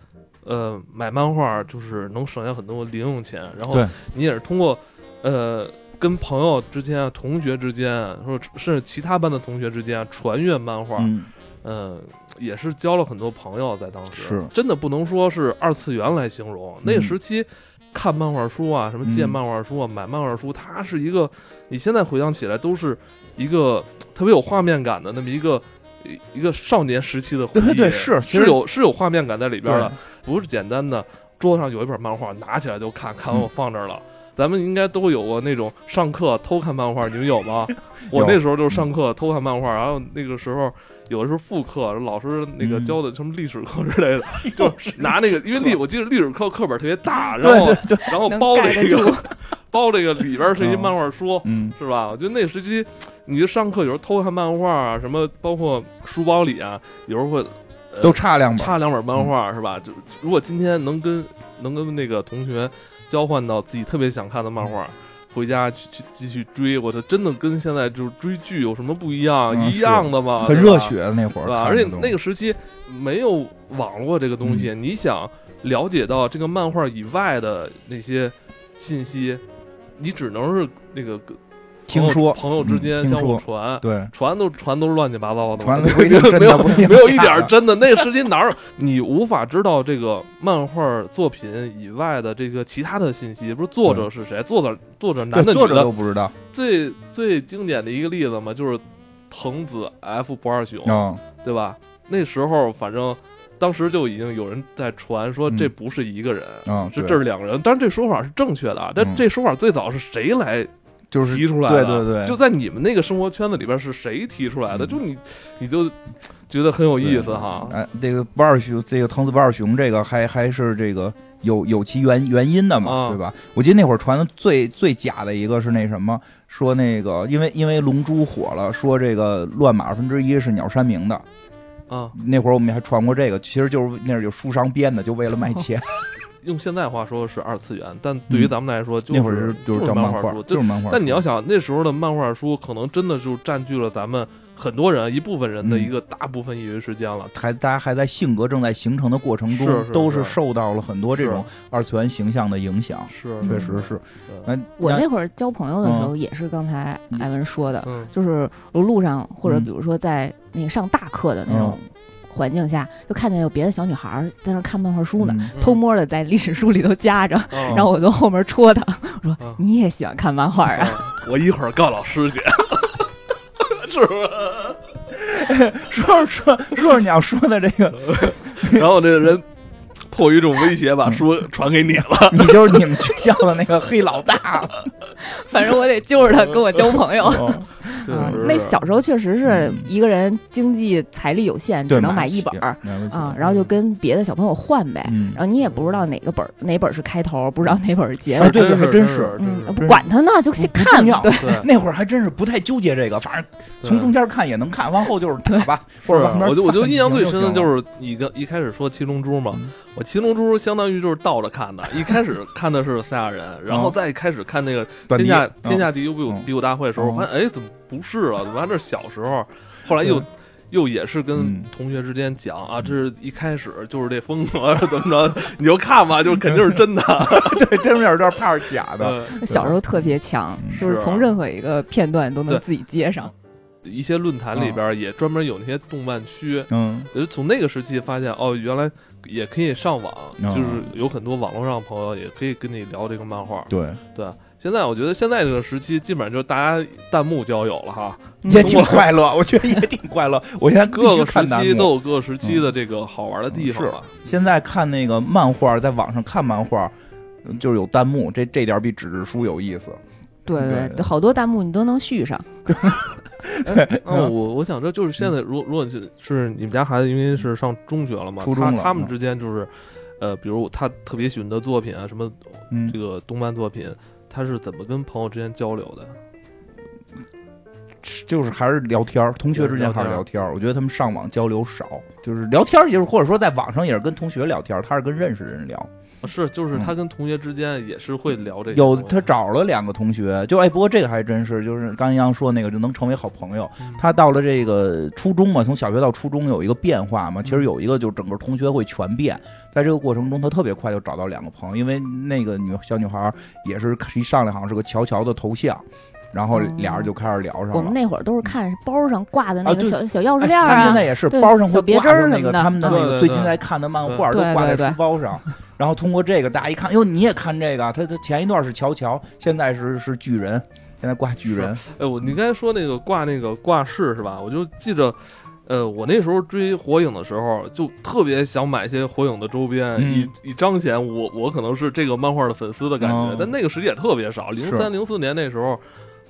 S2: 呃买漫画，就是能省下很多零用钱，然后
S1: 对
S2: 你也是通过呃。跟朋友之间、啊、同学之间啊，或者甚至其他班的同学之间啊，传阅漫画，
S1: 嗯，
S2: 嗯，也是交了很多朋友，在当时
S1: 是
S2: 真的不能说是二次元来形容。那个
S1: 嗯
S2: 时期看漫画书啊，什么
S1: 嗯
S2: 借漫画书啊，买漫画书，它是一个你现在回想起来都是一个特别有画面感的那么一个一一个少年时期的回忆，
S1: 对对是其实
S2: 是有是有画面感在里边的
S1: 对，
S2: 不是简单的桌上有一本漫画，拿起来就看，看完
S1: 嗯
S2: 我放这儿了。咱们应该都有过那种上课偷看漫画，你们有
S1: (laughs)
S2: 吗？我
S1: 有嗯
S2: 那时候就是上课偷看漫画，然后那个时候有的时候副课老师那个
S1: 嗯
S2: 教的什么历史课
S1: (laughs)
S2: 之类的，就是拿那个，因为历我记得历史课课本特别大，然
S1: 对
S2: 后
S1: 对对，
S2: 然后
S3: 能
S2: 包
S3: 盖
S2: 这
S3: 得住
S2: 个 (laughs) 包这个里边是一
S1: 嗯
S2: 漫画书，
S1: 嗯
S2: 是吧？我觉得那时期，你就上课有时候偷看漫画啊，什么包括书包里啊，有时候会呃
S1: 都差两本儿，
S2: 差两本漫画是吧？就如果今天能跟能跟那个同学交换到自己特别想看的漫画，
S1: 嗯
S2: 回家去去继续追，我这真的跟现在就是追剧有什么不一样？
S1: 嗯
S2: 一样的嘛，
S1: 很
S2: 啊对吧
S1: 热血，的那会
S2: 对
S1: 儿
S2: 吧？
S1: 看
S2: 而
S1: 的
S2: 且
S1: 都，嗯
S2: 那个时期没有网络这个东西，你想了解到这个漫画以外的那些信息，你只能是那个跟
S1: 听
S2: 朋友
S1: 说
S2: 朋友之间
S1: 嗯听
S2: 相互
S1: 说
S2: 传，
S1: 对，
S2: 传都传都是乱七八糟的嘛，
S1: 传的不一定真
S2: 没
S1: 的，
S2: 有
S1: 不定
S2: 没有一点
S1: 假
S2: 儿
S1: 的
S2: 真的。那时期哪有你无法知道这个漫画作品以外的这个其他的信息？不是作者是谁，作者作者男
S1: 嗯
S2: 的
S1: 对
S2: 女
S1: 作者都
S2: 的，
S1: 不知道。
S2: 最最经典的一个例子嘛，就是藤子 F 不二雄，
S1: 嗯，
S2: 对吧？那时候反正当时就已经有人在传说
S1: 嗯
S2: 这不是一个人。
S1: 嗯，
S2: 这
S1: 对
S2: 这是两个人，当然这说法是正确的啊。但
S1: 嗯
S2: 这说法最早是谁来
S1: 就是
S2: 提出来的，
S1: 对对对
S2: 啊就在你们那个生活圈子里边是谁提出来的？
S1: 嗯
S2: 就你，你就觉得很有意思哈。
S1: 哎，这个不二雄，这个藤子不二雄，这个还还是这个有有其原原因的嘛，
S2: 啊
S1: 对吧？我记得那会儿传的最最假的一个是那什么，说那个因为因为龙珠火了，说这个乱马二分之一是鸟山明的。
S2: 啊，
S1: 嗯
S2: 哦
S1: 那会儿我们还传过这个，其实就是那是有书商编的，就为了卖钱。
S2: 用现在话说是二次元，但对于咱们来说，就
S1: 嗯那会儿
S2: 是
S1: 就是
S2: 是
S1: 叫
S2: 漫
S1: 漫画，
S2: 书。
S1: 就是漫画书。
S2: 但你要想那时候的漫画书，可能真的就占据了咱们很多人一部分人的
S1: 嗯
S2: 一个大部分业余时间了。
S1: 还大家还在性格正在形成的过程中，
S2: 是是
S1: 都
S2: 是
S1: 受到了很多这种二次元形象的影响。
S2: 是，
S1: 确实是，
S2: 对，
S1: 那
S3: 我
S1: 那
S3: 那会儿交朋友的时候，也是刚才
S1: 嗯
S3: 艾文说的，
S2: 嗯，
S3: 就是路上或者
S1: 嗯
S3: 比如说在那个上大课的那种环境下，就看见有别的小女孩儿在那儿看漫画书呢，
S1: 嗯
S3: 偷摸的在历史书里头夹着，
S2: 然
S3: 然后我从后面戳她，我
S2: 嗯
S3: 说你也喜欢看漫画啊？
S2: 哦我一会儿告老师去， (laughs) 是不是？
S1: (laughs)
S2: (laughs)
S1: 说着说着说着你要说的这
S2: (laughs)
S1: 个，
S2: 然后这个人迫于一种威胁，
S1: 嗯
S2: 把书传给你了。
S1: 你就是你们学校的那个黑老大了。
S3: 反正我得揪着她跟我交朋友。
S1: (laughs) 哦
S3: 啊，那小时候确实是
S1: 嗯
S3: 一个人经济财力有限，
S1: 对，
S3: 只能买
S1: 不
S3: 一
S1: 起
S3: 本儿
S1: 买不起
S3: 啊，然后就跟别的小朋友换呗，
S1: 嗯
S3: 然后你也不知道哪个本儿哪本儿是开头，不知道哪本儿是结
S1: 啊
S3: 尾，
S1: 对对
S2: 真
S1: 还
S2: 是
S1: 真是
S2: 是，真
S3: 嗯，
S2: 是
S3: 不管它呢，就
S1: 不
S3: 先
S1: 不
S3: 看
S1: 重要
S3: 对，
S2: 对。
S1: 那会儿还真是不太纠结这个，反正从中间看也能看，往后就是打吧， (laughs) 或者往
S2: 嗯是啊
S1: 边
S2: 我就我就印象最深的就是是你刚一开始说七龙珠嘛
S1: 嗯，
S2: 我七龙珠相当于就是倒着看的，一开始看的是赛亚人，然后
S1: 嗯
S2: 再开始看那个
S1: 短
S2: 天
S1: 笛
S2: 下
S1: 嗯
S2: 天下第一比武
S1: 嗯
S2: 比武大会的时候，
S1: 嗯
S2: 我发现哎怎么不是了？怎么还是小时候？后来又
S1: 对
S2: 又也是跟
S1: 嗯
S2: 同学之间讲啊，这是一开始就是这风格怎么着，你就看吧，就是肯定是真的。
S1: 对，真是有点怕 (laughs) 是假的。
S2: 嗯
S3: (laughs) 小时候特别强，就是
S2: 是啊
S3: 从任何一个片段都能
S2: 对
S3: 自己接上。
S2: 一些论坛里边也专门有那些动漫区，
S1: 嗯，
S2: 就是从那个时期发现哦，原来也可以上网，
S1: 嗯
S2: 就是有很多网络上的朋友也可以跟你聊这个漫画。
S1: 对，
S2: 对，现在我觉得现在这个时期基本上就是大家弹幕交友了哈，
S1: 也挺快乐，我觉得也挺快乐。我现在必
S2: 各
S1: 须
S2: 个
S1: 看
S2: 时
S1: 弹
S2: 期
S1: 幕。嗯
S2: 都有各个时期的这个好玩的地方了。
S1: 现在看那个漫画，在网上看漫画，嗯就是有弹幕，这这点比纸质书有意思。
S3: 对对
S1: 对
S3: 对，好多弹幕你都能续上。
S2: 那
S1: 啊
S2: 哦我我想知道，就是现
S1: 嗯
S2: 在，如如果是是你们家孩子，因为是上中学了嘛，
S1: 初中了
S2: 他他们
S1: 嗯
S2: 之间就是，呃，比如他特别喜欢的作品啊，什么
S1: 嗯
S2: 这，个动漫作品，他是怎么跟朋友之间交流的？
S1: 就是还是聊天儿，同学之间还是聊天儿。我觉得他们上网交流少，就是聊天儿，就是或者说在网上也是跟同学聊天儿，他是跟认识人聊。
S2: 啊是，就是
S1: 嗯
S2: 他跟同学之间也是会聊这些
S1: 有
S2: 东西
S1: 他找了两个同学，就哎，不过这个还真是，就是刚一阳说那个就能成为好朋友。
S2: 嗯
S1: 他到了这个初中嘛，从小学到初中有一个变化嘛，其实有一个就是整个同学会全变，在这个过程中，他特别快就找到两个朋友，因为那个女小女孩儿也是一上来好像是个乔乔的头像，然后俩人就开始聊上了。
S3: 我们那会儿都是看包上挂的那
S1: 啊
S3: 个
S1: 对
S3: 小小钥匙
S1: 哎
S3: 链儿
S1: 他
S3: 啊
S1: 现在，也是
S3: 对
S1: 包上会
S3: 小别
S1: 挂
S3: 针儿
S1: 着那
S3: 什
S1: 个
S3: 么的
S1: 他们的那
S2: 对
S1: 个
S2: 对
S1: 最
S2: 对
S1: 近在看的漫画都
S3: 对
S1: 挂在
S3: 对
S1: 书包上，然后通过这个大家一看，哟，你也看这个？他他前一段是乔乔，现在是是巨人，现在挂巨人，
S2: 哎，我你刚才说那个挂那个挂饰是吧？我就记着，呃，我那时候追火影的时候，就特别想买一些火影的周边，
S1: 嗯
S2: 以以彰显我我可能是这个漫画的粉丝的感觉。
S1: 哦
S2: 但那个时期也特别少，零三零四年那时候，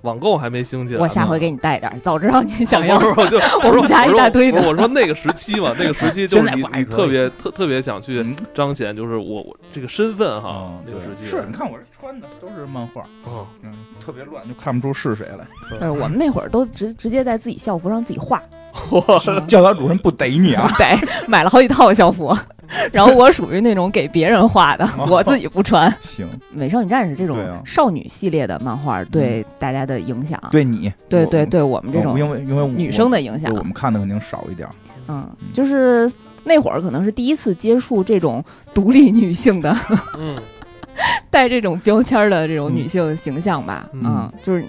S2: 网购还没兴起来呢。
S3: 我下回给你带点儿，早知道你想
S2: 啊
S3: 要
S2: 不。是我就
S3: (laughs) 我
S2: 我说
S3: 们家一大堆
S2: 我
S3: 的
S2: 说我说那个时期嘛，那个
S1: (laughs)
S2: 时期就
S1: 现
S2: 是
S1: 在
S2: 你
S1: 挂也
S2: 你
S1: 可以
S2: 特别特特别想去
S1: 嗯
S2: 彰显，就是我我这个身份哈，
S1: 嗯
S2: 那个时期
S1: 是你看我这穿的都是漫画，
S2: 嗯
S1: 嗯，特别乱，就看不出是谁 (laughs) 来。
S3: 呃，我们那会儿都直直接在自己校服上自
S1: (laughs)
S3: 己画，
S1: 教导主任不逮你 (laughs) 啊！
S3: 对，买了好几套校服，然后我属于那种给别人画的
S1: 哦，
S3: 我自己不穿。 (laughs)
S1: 行，
S3: 美少女战士这
S1: 对啊嗯
S3: 种少女系列的漫画对大家的影响，
S1: 对你，
S3: 对
S1: 我哦
S3: 对，对我们这
S1: 我
S3: 种
S1: 因为因为我
S3: 女生的影响
S1: 对，我们看的肯定少一点儿。
S3: 嗯，就是那会儿可能是第一次接触这种独立女性的 (laughs)
S2: 嗯
S3: 带这种标签儿的这种
S1: 嗯
S3: 女性形象吧，
S2: 嗯
S3: 嗯，就是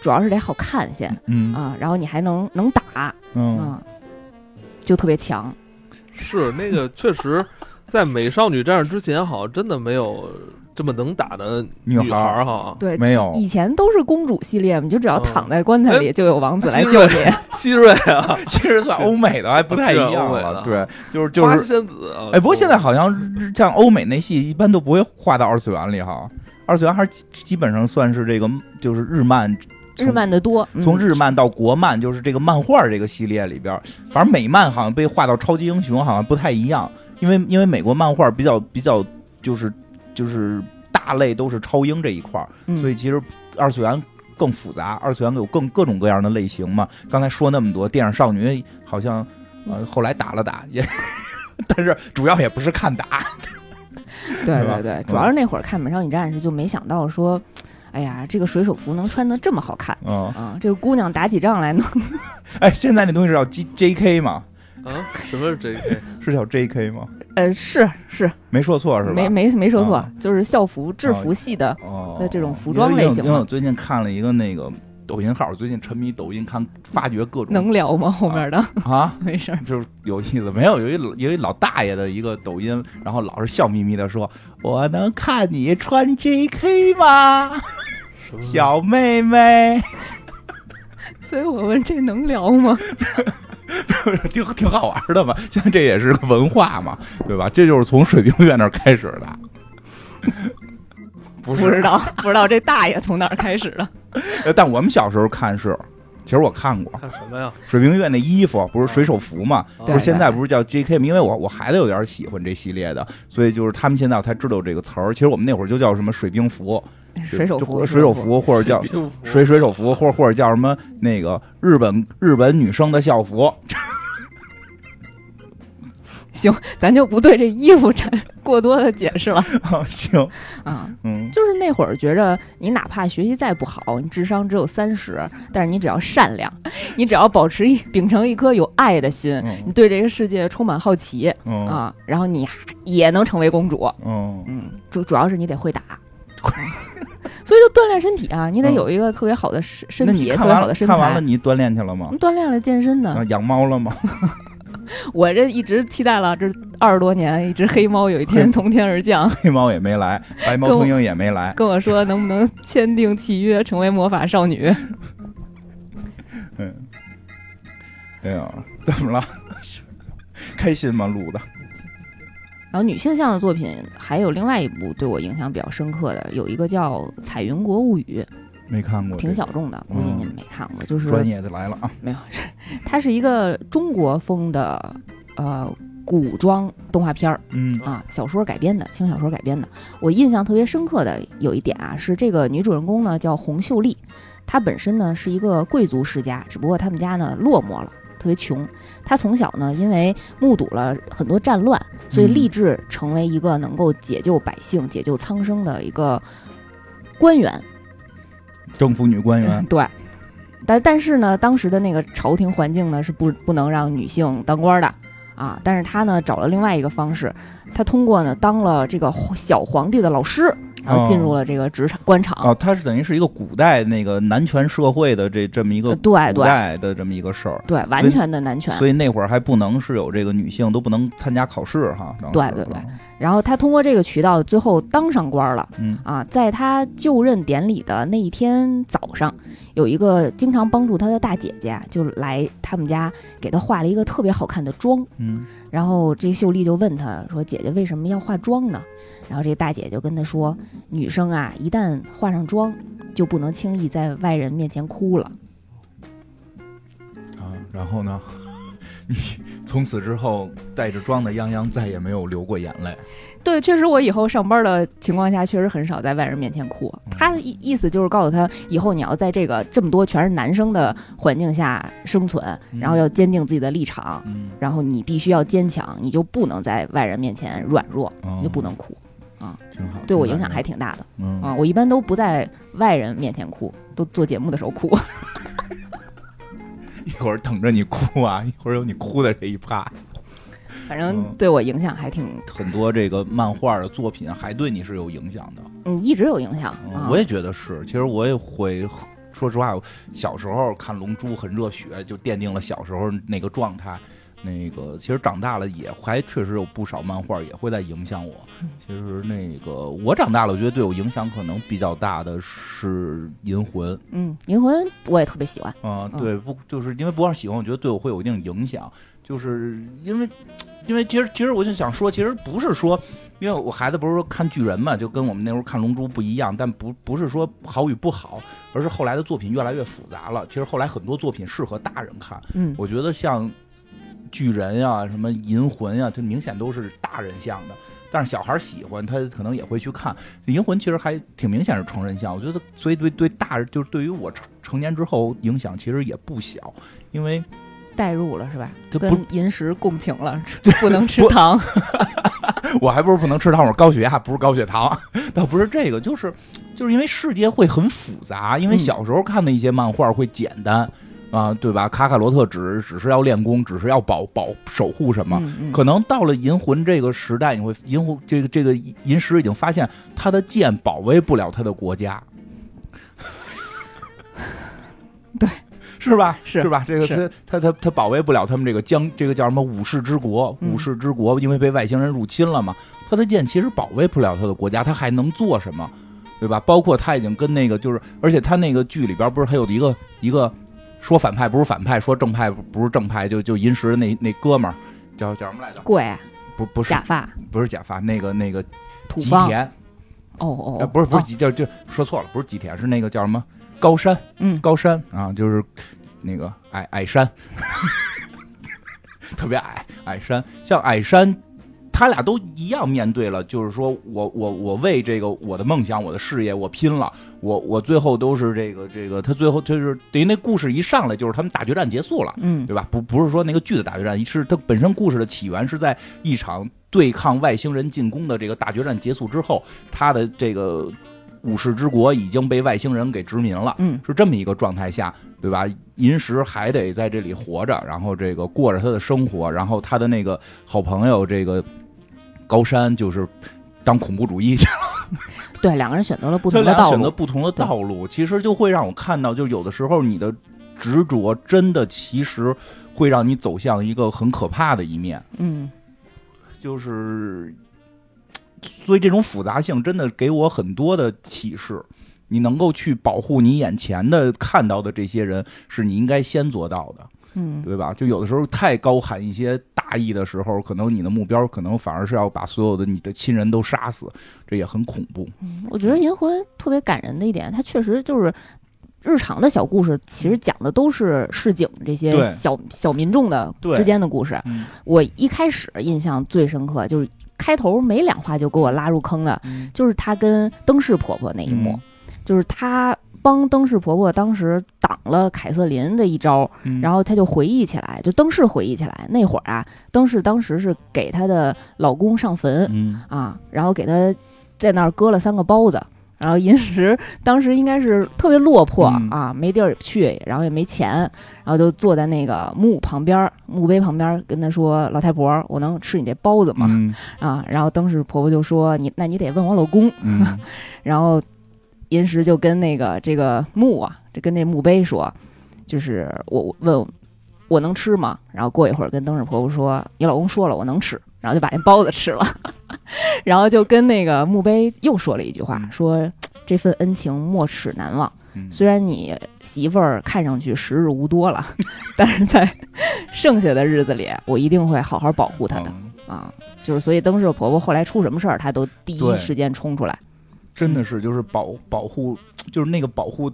S3: 主要是得好看先
S1: 嗯
S3: 啊，然后你还能能打，
S1: 嗯，哦
S3: 嗯，就特别强。
S2: 是那个确实，在美少女战士之前，好像真的没有这么能打的
S1: 女
S2: 孩
S1: 孩儿
S2: 儿哈。
S3: 对，
S1: 没
S3: (laughs)
S1: 有哎
S3: 以前都是公主系列嘛，你就只要
S2: 嗯
S3: 躺在棺材里，就有王子来
S2: 其
S3: 救
S2: 实
S3: 你。
S2: 希瑞啊，
S1: 其实算欧美的还不太一样了，
S2: 是
S1: 对， (laughs) 就是就
S2: 花
S1: 是
S2: 仙子啊。
S1: 哎，不过现在好像日像欧美那戏一般都不会画到二次元里哈，二次元还是基基本上算是这个就是日漫，从 (laughs)
S3: 日漫的多，嗯
S1: 从日漫到国漫，就是这个漫画这个系列里边儿，反正美漫好像被画到超级英雄好像不太一样，因为因为美国漫画比较比较就是就是大类都是超英这一块儿，
S3: 嗯
S1: 所以其实二次元。更复杂，二次元有更各种各样的类型嘛。刚才说那么多，电影少女好 (laughs) 像，呃，后来打了打也，但是主要也不是看打，
S3: 对
S1: 是吧
S3: 对对
S1: 嗯，
S3: 主要是那会儿看《美少女战士》，就没想到说，哎呀，这个水手服能穿得这么好看
S1: 嗯，
S3: 啊！这个姑娘打起仗来呢，
S1: (laughs) 哎，现在那东西是叫 G J K 吗？
S2: 啊，什么是 JK？
S1: 是叫 J K 吗？
S3: 呃，是是，
S1: 没说错是吧？
S3: 没没没说错
S1: 啊，
S3: 就是校服制服系的
S1: 哦，
S3: 的这种服装类型
S1: 因为
S3: 嘛
S1: 我最近看了一个那个抖音号，最近沉迷抖音看，发掘各种
S3: 能聊吗？后面的
S1: 啊，
S3: (laughs) 没事儿，
S1: 就是有意思。没有有一有一老大爷的一个抖音，然后老是笑眯眯的说：“我能看你穿 J.K. 吗，
S2: 什
S1: (laughs)
S2: 么
S1: 小妹妹 (laughs)
S3: 所以我问这能聊吗？？”
S1: 挺挺好玩的嘛，现在这也是个文化嘛，对吧？这就是从水兵院那儿开始的。不
S3: 不
S1: 是，
S3: 知道，不知道这大爷从哪儿开始的。
S1: 呃但我们小时候看是，其实我看过
S2: 看什么呀？
S1: 水兵院那衣服，不是水手服嘛，
S2: 啊
S1: 不
S3: 对
S1: 是现在不是叫 J.K. 吗？因为我我孩子有点喜欢这系列的，所以就是他们现在我才知道这个词儿。其实我们那会儿就叫什么水兵服、
S3: 水手服，
S1: 就水手，服，或者叫
S2: 冰壶
S1: 水水手服，或或者叫什么那个日本日本女生的校服。 (laughs)
S3: 行，咱就不对这衣服产过多的解 (laughs) 释了
S1: 行，
S3: 啊。
S1: 嗯，
S3: 就是那会儿觉着，你哪怕学习再不好，你智商只有三十，但是你只要善良，你只要保持一秉承一颗有爱的心，
S1: 嗯
S3: 你对这个世界充满好奇
S1: 嗯
S3: 啊，然后你也能成为公主。
S1: 嗯
S3: 嗯，主主要是你得会打。 (laughs) 所以就锻炼身体啊，你得有一个特别好的身身
S1: 那你
S3: 体，特
S1: 看
S3: 别
S1: 完
S3: 好
S1: 了
S3: 的身
S1: 看完了，
S3: 材。嗯
S1: 你锻炼去了吗？
S3: 锻炼了健身呢
S1: 啊，，养猫了吗？ (laughs)
S3: 我这一直期待了，这二十多年，一只黑猫有一天从天而降，
S1: 黑猫也没来，白猫
S3: 跟我
S1: 秃鹰也没来。
S3: 跟我说能不能签订契约成为魔法少女。
S1: 嗯，哎呀，怎么了？开心吗？录的？
S3: (laughs) 然后女性向的作品还有另外一部对我影响比较深刻的，有一个叫《彩云国物语
S1: 没看过》，这个，嗯
S3: 挺小众的，估计你们没看过。就是
S1: 专业的来了啊！
S3: 没有， (laughs) 是它是一个中国风的呃古装动画片儿
S1: 嗯
S3: 啊，小说改编的，轻小说改编的。我印象特别深刻的有一点啊，是这个女主人公呢叫洪秀丽，她本身呢是一个贵族世家，只不过他们家呢落寞了。特别穷，她从小呢，因为目睹了很多战乱，所以
S1: 嗯
S3: 立志成为一个能够解救百姓、解救苍生的一个官员。，
S1: 政府女官员
S3: 嗯对，但但是呢，当时的那个朝廷环境呢是不不能让女性当官的啊。但是他呢找了另外一个方式，他通过呢当了这个小皇帝的老师，然后进入了这个职场官场。
S1: 哦，它是等于是一个古代那个男权社会的这这么一个
S3: 呃对
S1: 古
S3: 对
S1: 代的这么一个事儿，
S3: 对，完全的男权。
S1: 所以那会儿还不能是有这个女性都不能参加考试哈。当时
S3: 对对对，然后他通过这个渠道，最后当上官了。
S1: 嗯
S3: 啊，在他就任典礼的那一天早上，有一个经常帮助他的大姐姐啊就来他们家，给他化了一个特别好看的妆。
S1: 嗯
S3: 然后这秀丽就问她说：“姐姐为什么要化妆呢？”然后这大姐就跟她说：“女生啊，一旦化上妆，就不能轻易在外人面前哭了。
S1: 啊，然后呢，你从此之后带着妆的泱泱再也没有流过眼泪。”
S3: 对，确实，我以后上班的情况下，确实很少在外人面前哭。她的意意思就是告诉她，以后你要在这个这么多全是男生的环境下生存，然后要坚定自己的立场，
S1: 嗯，
S3: 然后你必须要坚强，你就不能在外人面前软弱，
S1: 哦
S3: 你就不能哭。
S1: 挺好，
S3: 对我
S1: 挺
S3: 影响
S1: 感
S3: 还
S1: 人
S3: 挺大的。
S1: 嗯
S3: 啊，我一般都不在外人面前哭，都做节目的时候哭。 (laughs)
S1: 一会儿等着你哭啊，一会儿有你哭的这一趴。
S3: 反正
S1: 嗯
S3: 对我影响还挺，
S1: 很多这个漫画的作品还对你是有影响的。
S3: 嗯，一直有影响
S1: 嗯
S3: 啊。
S1: 我也觉得是，其实我也会。说实话，我小时候看《龙珠》很热血，就奠定了小时候那个状态。那个其实长大了也还确实有不少漫画也会在影响我。其实那个我长大了，我觉得对我影响可能比较大的是《银魂》
S3: 嗯，银魂我也特别喜欢。
S1: 啊、
S3: 嗯
S1: 对，不就是因为不光是喜欢，我觉得对我会有一定影响，就是因为，因为其实其实我就想说，其实不是说，因为我孩子不是说看巨人嘛，就跟我们那时候看龙珠不一样，但不不是说好与不好，而是后来的作品越来越复杂了。其实后来很多作品适合大人看，
S3: 嗯，
S1: 我觉得像巨人呀、什么银魂呀、这明显都是大人向的。但是小孩喜欢，他可能也会去看。银魂其实还挺明显是成人向，我觉得，所以对对大人，就是对于我成成年之后影响其实也不小，因为
S3: 代入了是吧？
S1: 这不
S3: 跟银石共情了，吃不能吃
S1: 不
S3: 糖。
S1: 我还不是不能吃糖，我是高血压，不是高血糖， (laughs) 倒不是这个，就是就是因为世界会很复杂，因为
S3: 嗯
S1: 小时候看的一些漫画会简单。啊，对吧？卡卡罗特只只是要练功，只是要保保守护什么？
S3: 嗯嗯
S1: 可能到了银魂这个时代，你会银魂这个这个银石已经发现他的剑保卫不了他的国家，
S3: (laughs) 对，
S1: 是吧？
S3: 是
S1: 吧？这个
S3: 是
S1: 他他他他保卫不了他们这个江这个叫什么武士之国？
S3: 嗯
S1: 武士之国因为被外星人入侵了嘛，他的剑其实保卫不了他的国家，他还能做什么？对吧？包括他已经跟那个就是，而且他那个剧里边不是还有一个一个说反派不是反派，说正派不是正派，就就银石那那哥们儿叫叫什么来着？
S3: 贵啊
S1: 不不是
S3: 假发
S1: 不是假发，那个那个
S3: 土
S1: 吉
S3: 方
S1: 田，
S3: 哦哦，
S1: 呃不是不是
S3: 哦
S1: 吉，就就说错了，不是吉田，是那个叫什么高山
S3: 嗯
S1: 高山啊，就是那个矮矮山， (laughs) 特别矮矮山，像矮山。他俩都一样面对了，就是说我我我为这个我的梦想、我的事业我拼了，我我最后都是这个这个，他最后就是等于那故事一上来就是他们打决战结束了，
S3: 嗯
S1: 对吧？不不是说那个剧的大决战，是它本身故事的起源是在一场对抗外星人进攻的这个大决战结束之后，他的这个武士之国已经被外星人给殖民了。
S3: 嗯
S1: 是这么一个状态下，对吧？银石还得在这里活着，然后这个过着他的生活，然后他的那个好朋友这个高山就是当恐怖主义去 (laughs) 了
S3: 对，两个人选择了不
S1: 他
S3: 同
S1: 俩
S3: 的道
S1: 选择
S3: 路，
S1: 不同的道路，其实就会让我看到，就有的时候你的执着真的其实会让你走向一个很可怕的一面，
S3: 嗯
S1: 就是，所以这种复杂性真的给我很多的启示。你能够去保护你眼前的看到的这些人，是你应该先做到的，
S3: 嗯
S1: 对吧？就有的时候太高喊一些大义的时候，可能你的目标可能反而是要把所有的你的亲人都杀死，这也很恐怖。
S3: 嗯，我觉得《银魂》特别感人的一点，它确实就是。日常的小故事其实讲的都是市井这些
S1: 嗯对
S3: 小小民众的
S1: 对
S3: 之间的故事。我一开始印象最深刻就是开头没两话就给我拉入坑的，
S1: 嗯，
S3: 就是她跟灯氏婆婆那一幕，
S1: 嗯
S3: 就是她帮灯氏婆婆当时挡了凯瑟琳的一招，
S1: 嗯
S3: 然后她就回忆起来，就灯氏回忆起来那会儿啊，灯氏当时是给她的老公上坟、
S1: 嗯，
S3: 啊，然后给她在那儿割了三个包子。然后银石当时应该是特别落魄、
S1: 嗯
S3: 啊，没地儿去，然后也没钱，然后就坐在那个墓旁边儿、墓碑旁边儿，跟她说：“老太婆，我能吃你这包子吗？”
S1: 嗯
S3: 啊，然后当时婆婆就说：“你那你得问我老公。
S1: 嗯，”
S3: 然后银石就跟那个这个墓啊，这跟那墓碑说，就是我我问我能吃吗？然后过一会儿跟灯氏婆婆说：“你老公说了我能吃。”然后就把那包子吃了， (laughs) 然后就跟那个墓碑又说了一句话，
S1: 嗯
S3: 说这份恩情莫齿难忘。
S1: 嗯
S3: (laughs) 虽然你媳妇儿看上去时日无多了，但是在剩下的日子里，我一定会好好保护她的。
S1: 嗯
S3: 啊，就是所以灯氏婆婆后来出什么事儿，她都第一
S1: 对
S3: 时间冲出来。
S1: 真的是就是保保护，就是那个保护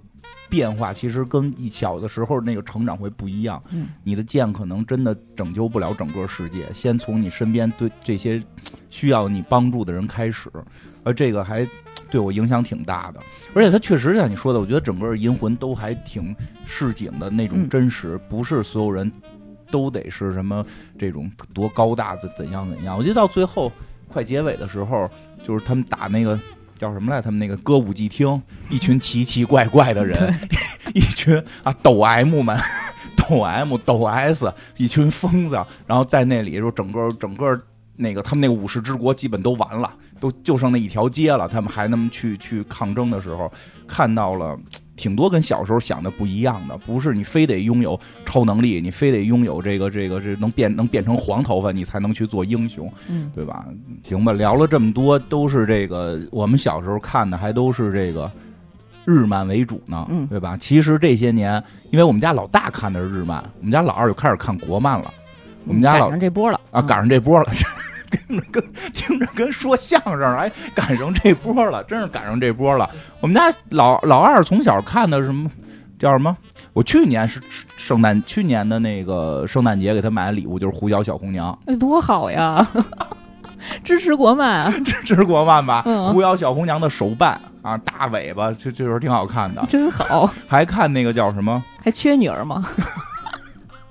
S1: 变化，其实跟一小的时候那个成长会不一样。
S3: 嗯，
S1: 你的剑可能真的拯救不了整个世界，先从你身边对这些需要你帮助的人开始，而这个还对我影响挺大的。而且它确实像你说的，我觉得整个银魂都还挺市井的那种
S3: 嗯
S1: 真实，不是所有人都得是什么这种多高大怎怎样怎样。我记得到最后快结尾的时候，就是他们打那个。叫什么来？他们那个歌舞伎厅，一群奇奇怪怪的人， (laughs) 一群啊抖 M 们，抖 M 抖 S，一群疯子，然后在那里就整个整个那个他们那个武士之国基本都完了，都就剩那一条街了。他们还那么去去抗争的时候，看到了。挺多跟小时候想的不一样的，不是你非得拥有超能力，你非得拥有这个这个这能变能变成黄头发，你才能去做英雄。
S3: 嗯，
S1: 对吧？行吧，聊了这么多，都是这个我们小时候看的，还都是这个日漫为主呢，
S3: 嗯
S1: 对吧？其实这些年，因为我们家老大看的是日漫，我们家老二就开始看国漫了我们家
S3: 嗯赶
S1: 老
S3: 上嗯这波了
S1: 啊，赶上这波了。 (laughs) 听着跟听着跟说相声，哎，赶上这波了，真是赶上这波了。我们家老老二从小看的什么叫什么？我去年是是圣诞，去年的那个圣诞节给他买的礼物就是《狐妖小红娘》，
S3: 哎多好呀！ (laughs) 支持国漫啊，
S1: 支持国漫吧，
S3: 嗯
S1: 狐妖小红娘》的手办啊，大尾巴，这这时候挺好看
S3: (laughs)
S1: 的。
S3: 真好，
S1: 还看那个叫什么？
S3: 还缺女儿吗？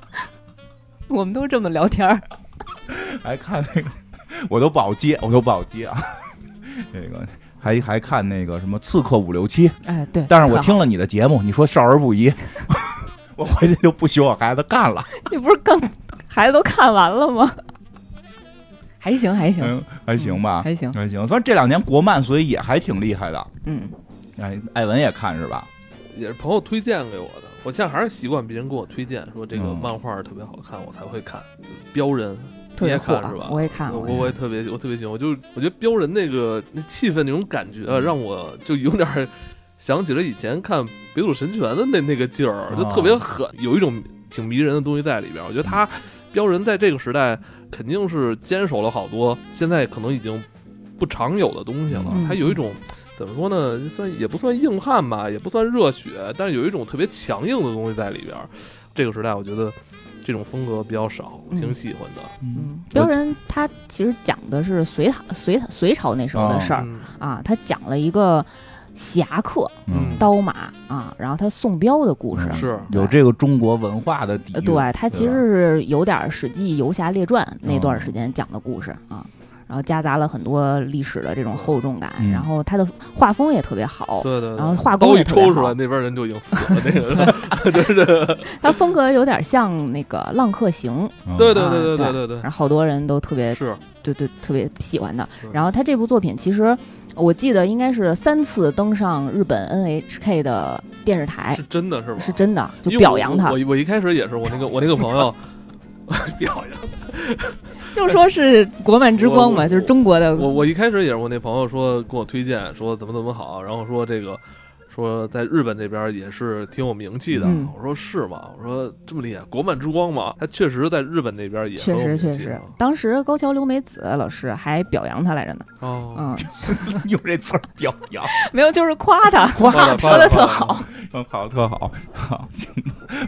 S3: (laughs) 我们都这么聊天儿，
S1: 还看那个我都不好接，我都不好接啊。 (laughs) 这个还还看那个什么《刺客伍六七》，
S3: 哎，对。
S1: (laughs) 但是我
S3: 特好 (laughs)
S1: 听了你的节目，你说少儿不宜， (laughs) 我回去就不许我孩子干了。
S3: 你不是刚孩子都看完了吗？ (laughs) 还行还 (laughs) 行，
S1: 嗯，还行吧，
S3: 还行，
S1: 还行。反正这两年国漫，所以也还挺厉害的。
S3: 嗯，
S1: 哎，艾文也看是吧？
S2: 也是朋友推荐给我的。我现在还是习惯别人给我推荐，说这个
S1: 嗯
S2: 漫画特别好看，我才会看。标人，
S3: 特别
S2: 也
S3: 火
S2: 看
S3: 啊
S2: 是吧
S3: 我也看，
S2: 我
S3: 我
S2: 我我也特别我特别喜欢，我就我觉得标人那个那气氛那种感觉啊，
S3: 嗯
S2: 让我就有点儿想起了以前看《北斗神拳》的那那个劲儿，就
S3: 啊
S2: 特别狠，有一种挺迷人的东西在里边儿。我觉得他标人在这个时代肯定是坚守了好多现在可能已经不常有的东西了
S3: 嗯，
S2: 他有一种。怎么说呢？算也不算硬汉吧，也不算热血，但是有一种特别强硬的东西在里边儿。这个时代，我觉得这种风格比较少，我挺
S3: 嗯
S2: 喜欢的。
S3: 嗯，标人他其实讲的是隋唐隋唐隋朝那时候的事儿、
S2: 嗯
S3: 啊，他讲了一个侠客
S1: 嗯，
S3: 刀马啊，然后他送镖的故事。啊
S1: 嗯
S2: 是
S1: 有这个中国文化的底
S3: 呃
S1: 蕴。
S2: 嗯
S3: 对，他其
S1: 对
S3: 实
S1: 吧
S3: 是有点《史记·游侠列传》那段
S1: 嗯
S3: 时间讲的故事啊，然后夹杂了很多历史的这种厚重感，
S1: 嗯
S3: 然后他的画风也特别好，
S2: 对对，
S3: 然后
S2: 对
S3: 画工
S2: 刀
S3: 也
S2: 一
S3: 特别
S2: 抽出来，
S3: 好，嗯
S2: 那边人就已经死了，那个
S3: (laughs)
S2: 就是，
S3: 他风格有点像那个《浪客行》，
S1: 嗯 (laughs)
S2: 对对
S3: 啊
S2: 对对
S3: 对哎
S2: 对对
S3: 然后好多人都特
S2: 对，
S3: 别
S2: 是
S3: 对对特别喜欢的
S2: 是。
S3: 然后他这部作品其实我记得应该是三次登上日本 NHK 的电视台
S2: 是，真的是吧？
S3: 哎是真的，就
S2: 因为
S3: 表扬他
S2: 我，我我一开始也是我那个我那个朋
S3: (laughs)
S2: 友表扬
S3: 就说是国漫之光
S2: 我
S3: 嘛，
S2: 我
S3: 就是中国的
S2: 我我一开始也是我那朋友说跟我推荐说怎么怎么好，然后说这个。说在日本这边也是挺有名气的，
S3: 嗯
S2: 我说是吗？我说这么厉害，国漫之光嘛，他确实在日本那边也
S3: 确
S2: 很有
S3: 实确
S2: 名气
S3: 实
S2: 啊，
S3: 当时高桥留美子老师还表扬他来着呢，
S2: 哦，
S3: 嗯，
S1: 用这词儿表 (laughs) 扬，
S3: 没有就是夸他， (laughs)
S2: 夸他
S3: 说的
S2: 夸
S3: 特
S2: 他
S3: 好，
S1: (laughs) 嗯，好，特好，好，行。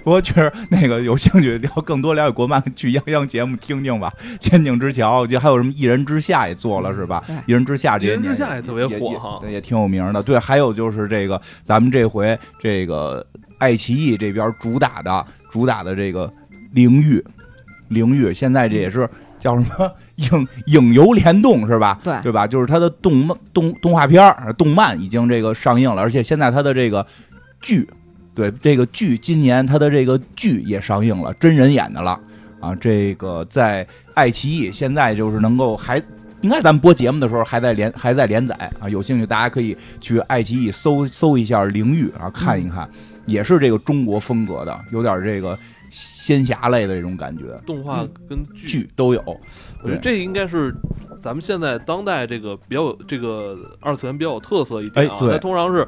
S1: 不过确实，那个有兴趣聊更多了解国漫，去泱泱节目听听吧，《千景之桥》，我记得还有什么《一人之下》也做了是吧？
S3: 对
S1: 一人之下》这些
S2: 一人之
S1: 年
S2: 下也特别火哈
S1: 也也挺有名的。对，还有就是这个咱们这回这个爱奇艺这边主打的主打的这个灵域，灵域现在这也是叫什么 (laughs) 影影游联动是吧？
S3: 对
S1: 对吧？就是它的动漫动动画片儿、动漫已经这个上映了，而且现在它的这个剧，对这个剧，今年它的这个剧也上映了，真人演的了啊。这个在爱奇艺现在就是能够还。应该是咱们播节目的时候还在连还在连载啊，有兴趣大家可以去爱奇艺搜搜一下《灵域》啊，看一看，也是这个中国风格的，有点这个仙侠类的这种感觉，
S2: 动
S3: 嗯
S2: 画跟剧
S1: 剧都有。
S2: 我觉得这应该是咱们现在当代这个比较有这个二次元比较有特色一点啊
S1: 哎。对
S2: 它通常是，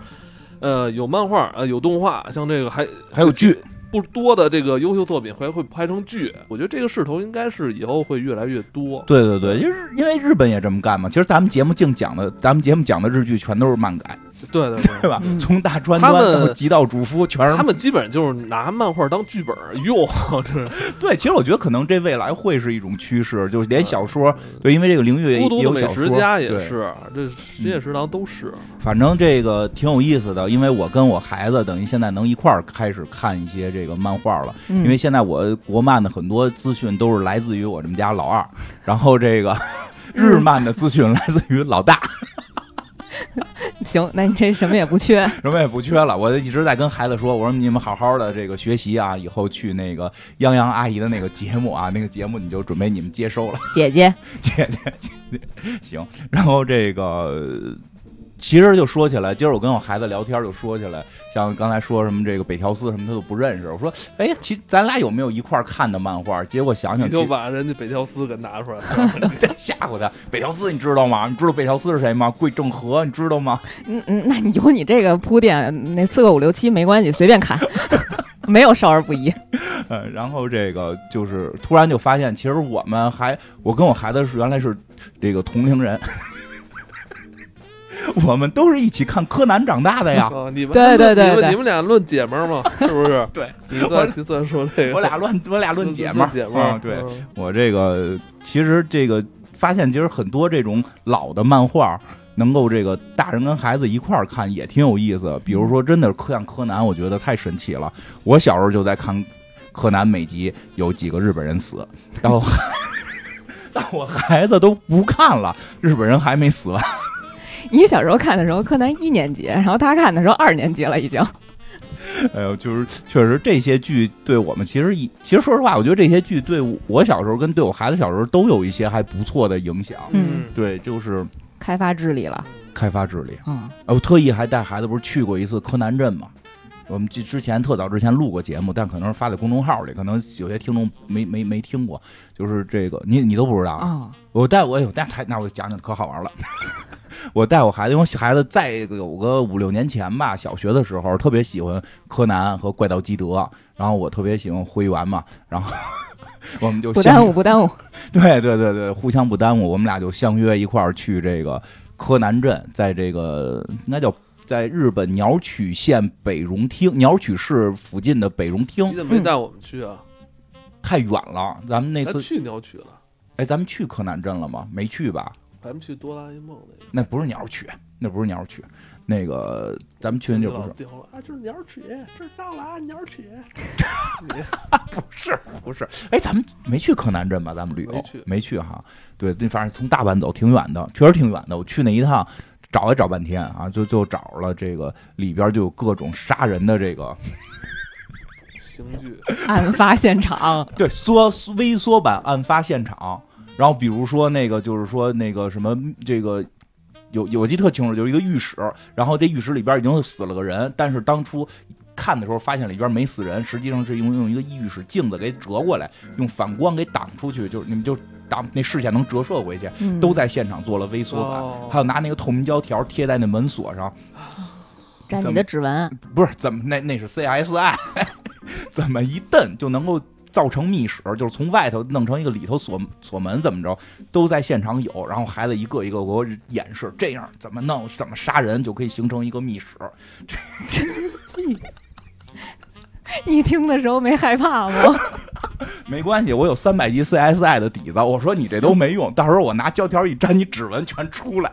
S2: 呃，有漫画，呃，有动画，像这个还
S1: 还有剧，
S2: 不多的这个优秀作品还会拍成剧。我觉得这个势头应该是以后会越来越多。
S1: 对对对，就是因为日本也这么干嘛。其实咱们节目净讲的，咱们节目讲的日剧全都是漫改，
S2: 对对对
S1: 对。吧？
S3: 嗯
S1: 从大川
S2: 他
S1: 端
S2: 们
S1: 到极道主夫，全是
S2: (laughs) 他们基本上就是拿漫画当剧本用，这
S1: 对。其实我觉得可能这未来会是一种趋势，就是连小说，对，因为这个领域也
S2: 孤独
S1: 也
S2: 的
S1: 有
S2: 美
S1: 小
S2: 食
S1: 说，
S2: 家也
S1: 对嗯
S2: 是，这深夜食堂都是。
S1: 反正这个挺有意思的，因为我跟我孩子等于现在能一块儿开始看一些这个漫画了，
S3: 因
S1: 因为现在我国漫的很多资讯都是来自于我们家老二，然后这个 (laughs) 日漫的资讯来自于老大，
S3: 嗯行，那你这什么也不缺，
S1: (laughs) 什么也不缺了。我一直在跟孩子说，我说你们好好的这个学习啊，以后去那个泱泱阿姨的那个节目啊，那个节目你就准备你们接收了， (laughs)
S3: 姐姐，
S1: 姐姐姐姐行。然后这个呃其实就说起来，今儿我跟我孩子聊天就说起来，像刚才说什么这个北条司什么他都不认识，我说哎，其咱俩有没有一块儿看的漫画？结果想想
S2: 你
S1: 其实
S2: 就把人家北条司给
S1: (laughs)
S2: 拿出来，
S1: 得吓唬他。北条司你知道吗？你知道北条司是谁吗？桂正和你知道吗？
S3: 嗯嗯，那你有你这个铺垫，那四个五六七没关系，随便看， (laughs) 没有少儿不宜。
S1: 呃，然后这个就是突然就发现，其实我们还我跟我孩子是原来是这个同龄人， (laughs) 我们都是一起看柯南长大的 (laughs) 呀。？
S2: 啊，你们
S3: 对对对
S2: 你们
S3: 对
S2: 你们俩论姐们儿嘛，是不是
S1: (laughs) 对，
S2: 你算你算说这个，
S1: 我俩乱我俩论姐们儿，
S2: 姐们儿，
S1: 嗯对
S2: 嗯
S1: 我这个其实这个发现，其实很多这种老的漫画。能够这个大人跟孩子一块儿看也挺有意思，比如说真的柯像柯南，我觉得太神奇了。我小时 (laughs) 候就在看柯南，每集有几个日本人死，然后但我孩子都不看了，日本人还没死完。 (laughs)
S3: 你小时候看的时候，柯南一年级，然后他看的时候二年级了已经。
S1: 哎呦，就是确实这些剧对我们其实一其实说实话，我觉得这些剧对我小时候跟对我孩子小时候都有一些还不错的影响。
S3: 嗯，
S1: 对，就是
S3: 开发智力了。
S1: 开发智力。
S3: 嗯，
S1: 哎，我特意还带孩子不是去过一次柯南镇嘛？我们之之前特早之前录过节目，但可能是发在公众号里，可能有些听众没没没听过。就是这个，你你都不知道啊？
S3: 哦，
S1: 我带我有带孩，那我讲讲可好玩了。 (laughs) 我带我孩子，因为我孩子在有个五六年前吧，小学的时候特别喜欢柯南和怪盗基德，然后我特别喜欢灰原嘛，然后 (laughs) 我们就
S3: 不
S1: 相
S3: 耽误，不耽误。
S1: (laughs) 对对对对，互相不耽误，我们俩就相约一块儿去这个柯南镇，在这个应该叫在日本鸟取县北荣町鸟取市附近的北荣
S2: 你
S1: 町，
S2: 怎么没带我们去啊？
S1: 太远了，咱们那
S2: 咱
S1: 次
S2: 去鸟取了，
S1: 哎，咱们去柯南镇了吗？没去吧？
S2: 咱们去哆啦 A 梦那个，
S1: 那不是鸟取，那不是鸟取，那个咱们去的就不
S2: 老
S1: 是，
S2: 刁了啊，就是鸟取，这儿到了啊，鸟取。
S1: (laughs) 不是不是，哎，咱们没去柯南镇吧？咱们旅游
S2: 没去
S1: 哈，对，那反正从大阪走挺远的，确实挺远的。我去那一趟，找也找半天啊，就就找了这个里边就有各种杀人的这个，
S2: 刑
S1: (laughs)
S2: 具，
S3: 案发现场，
S1: 对，缩微缩版案发现场。然后比如说那个就是说那个什么这个。有有我记得特清楚，就是一个浴室，然后这浴室里边已经死了个人，但是当初看的时候发现里边没死人，实际上是用用一个浴室镜子给折过来，用反光给挡出去，就是你们就挡那视线能折射回去，
S3: 嗯
S1: 都在现场做了微缩版，
S2: 哦
S1: 还有拿那个透明胶条贴在那门锁上，
S3: 沾你的指纹。 (laughs)
S1: 不是怎么那那是 CSI，怎么一蹬就能够造成密室，就是从外头弄成一个里头锁锁门，怎么着都在现场有，然后孩子一个一个给我演示，这样怎么弄，怎么杀人就可以形成一个密室。
S3: 你听的时候没害怕吗？ (laughs)
S1: 没关系，我有三百集 CSI 的底子，我说你这都没用，到时候我拿胶条一粘，你指纹全出来。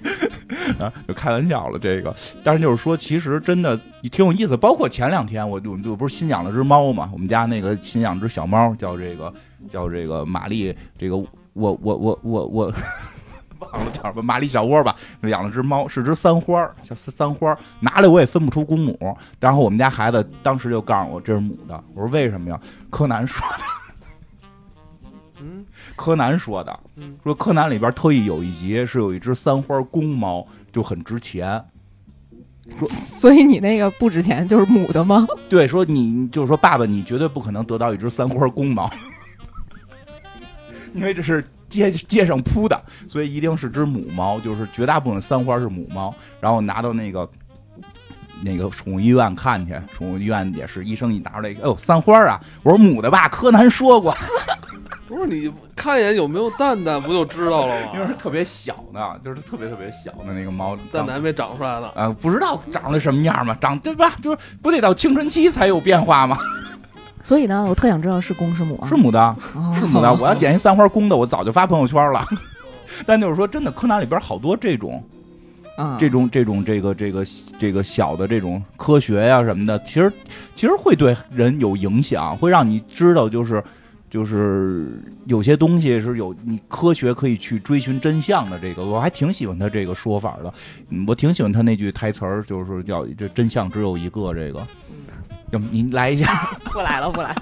S1: (laughs) 啊，就开玩笑了，这个，但是就是说，其实真的挺有意思。包括前两天，我我我不是新养了只猫嘛，我们家那个新养只小猫叫这个叫这个玛丽，这个我我我我我忘了叫什么玛丽小窝吧，养了只猫，是只三花儿，小三三花儿，拿来我也分不出公母。然后我们家孩子当时就告诉我这是母的，我说为什么呀？柯南说
S2: 嗯，
S1: 柯南说的
S2: 嗯，
S1: 说柯南里边特意有一集是有一只三花公猫，就很值钱。
S3: 所以你那个不值钱，就是母的吗？
S1: 对，说你就是说爸爸，你绝对不可能得到一只三花公猫， (laughs) 因为这是街街上铺的，所以一定是只母猫，就是绝大部分三花是母猫，然后拿到那个。那个宠物医院看去，宠物医院也是医生一拿出来，哎呦，三花啊！我说母的吧，柯南说过，
S2: 不是你看一眼有没有蛋蛋，不就知道了
S1: 因为是
S2: 吗？
S1: 特别小呢，就是特别特别小的那个猫，
S2: 蛋蛋还没长出来呢，
S1: 啊、不知道长得什么样嘛，长对吧？就是不得到青春期才有变化吗？
S3: 所以呢，我特想知道是公是母啊？
S1: 是母的，
S3: 哦
S1: 是母的。我要捡一三花公的，我早就发朋友圈了。 (laughs) 但就是说，真的，柯南里边好多这种、
S3: 啊
S1: 这种、这种、这个、这个、这个小的这种科学呀、什么的，其实其实会对人有影响，会让你知道，就是就是有些东西是有你科学可以去追寻真相的。这个我还挺喜欢他这个说法的，嗯我挺喜欢他那句台词儿，就是叫“这真相只有一个”。这个，要不您来一下，
S3: 不来了，不来了。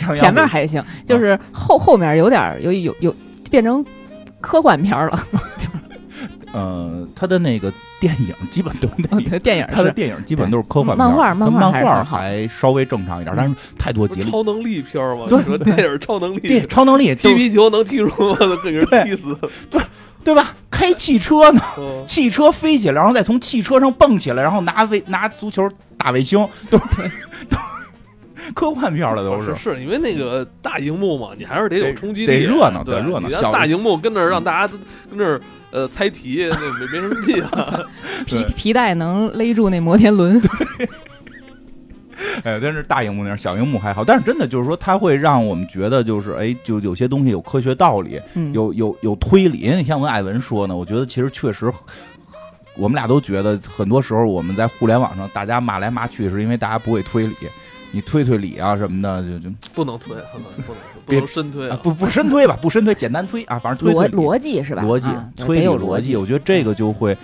S1: 让
S3: 前面还行，
S1: 啊
S3: 就是后后面有点儿有有有变成科幻片儿了。
S1: 呃，他的那个电影基本都那样。
S3: (laughs) 电影
S1: 他的
S3: 哦是
S1: 电影基本都是科幻片
S3: 漫画
S1: 儿跟
S3: 漫画
S1: 漫
S3: 还是
S1: 画
S3: 很好
S1: 还稍微正常一点，但是太多
S2: 不
S1: 集
S2: 是
S1: 了。
S2: 超能力片儿吗？
S1: 对
S2: 你说电影超能力
S1: 电，超能力
S2: 踢
S1: 就
S2: 皮球能踢出吗？给人
S1: 对
S2: 踢死。
S1: (laughs) 对吧？开汽车呢，
S2: 嗯
S1: 汽车飞起来，然后再从汽车上蹦起来，然后拿卫拿足球打卫星，都是 (laughs) 都科幻片儿了，都
S2: 是
S1: 是。
S2: 哦是因为那个大荧幕嘛，你还是得有
S1: 得
S2: 冲击力，啊
S1: 得热闹
S2: 对
S1: 得啊热闹
S2: 你让
S1: 小
S2: 大荧幕跟那儿让大家跟那儿呃猜题，那没没什么劲啊。
S3: 皮
S1: 对
S3: 皮带能勒住那摩天轮，
S1: 哎，但是大荧幕那样，小荧幕还好。但是真的就是说，它会让我们觉得就是哎，就有些东西有科学道理，
S3: 嗯，
S1: 有有有推理。因为你像我跟艾文说呢，我觉得其实确实，我们俩都觉得很多时候我们在互联网上大家骂来骂去，是因为大家不会推理。你推推理啊什么的，就就
S2: (laughs) 不能推，不能不能推不
S1: 别
S2: 能深推
S1: 啊
S2: 啊！
S1: 不不深推吧，不深推，简单推啊，反正推推
S3: 逻
S1: 理
S3: 逻辑是吧？
S1: 逻辑
S3: 啊、对
S1: 推
S3: 得
S1: 理
S3: 有
S1: 逻
S3: 逻
S1: 辑，我觉得这个就会，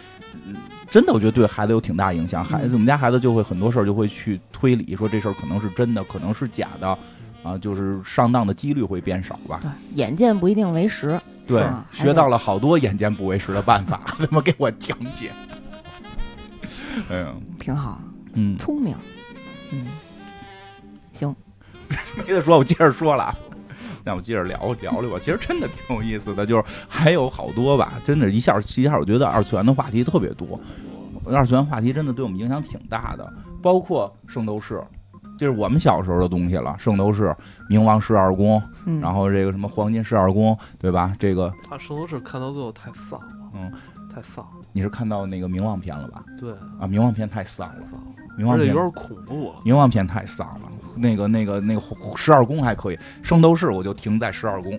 S1: 嗯真的我觉得对孩子有挺大影响。孩子，
S3: 嗯
S1: 我们家孩子就会很多事儿就会去推理，说这事儿可能是真的，可能是假的，啊，就是上当的几率会变少吧。
S3: 对，眼见不一定为实。
S1: 对，
S3: 啊还
S1: 学到了好多眼见不为实的办法， (laughs) 他妈给我讲解。 (laughs) 哎呀，
S3: 挺好，
S1: 嗯，
S3: 聪明，嗯，行，
S1: 没得说，我接着说了。啊，那我接着聊聊聊吧，其实真的挺有意思的，就是还有好多吧，真的，一下一下，我觉得二次元的话题特别多，二次元话题真的对我们影响挺大的，包括圣斗士，这是我们小时候的东西了，圣斗士、冥王十二宫，
S3: 嗯，
S1: 然后这个什么黄金十二宫，对吧？这个
S2: 他圣斗士看到最后太丧了，
S1: 嗯，
S2: 太丧了，
S1: 你是看到那个冥王篇了吧？
S2: 对，
S1: 啊，冥王篇太丧
S2: 太
S1: 了，
S2: 丧了，
S1: 冥王
S2: 而且
S1: 篇
S2: 有点恐怖了。
S1: 冥王篇太丧了，那个那个那个十二宫还可以，圣斗士我就停在十二宫，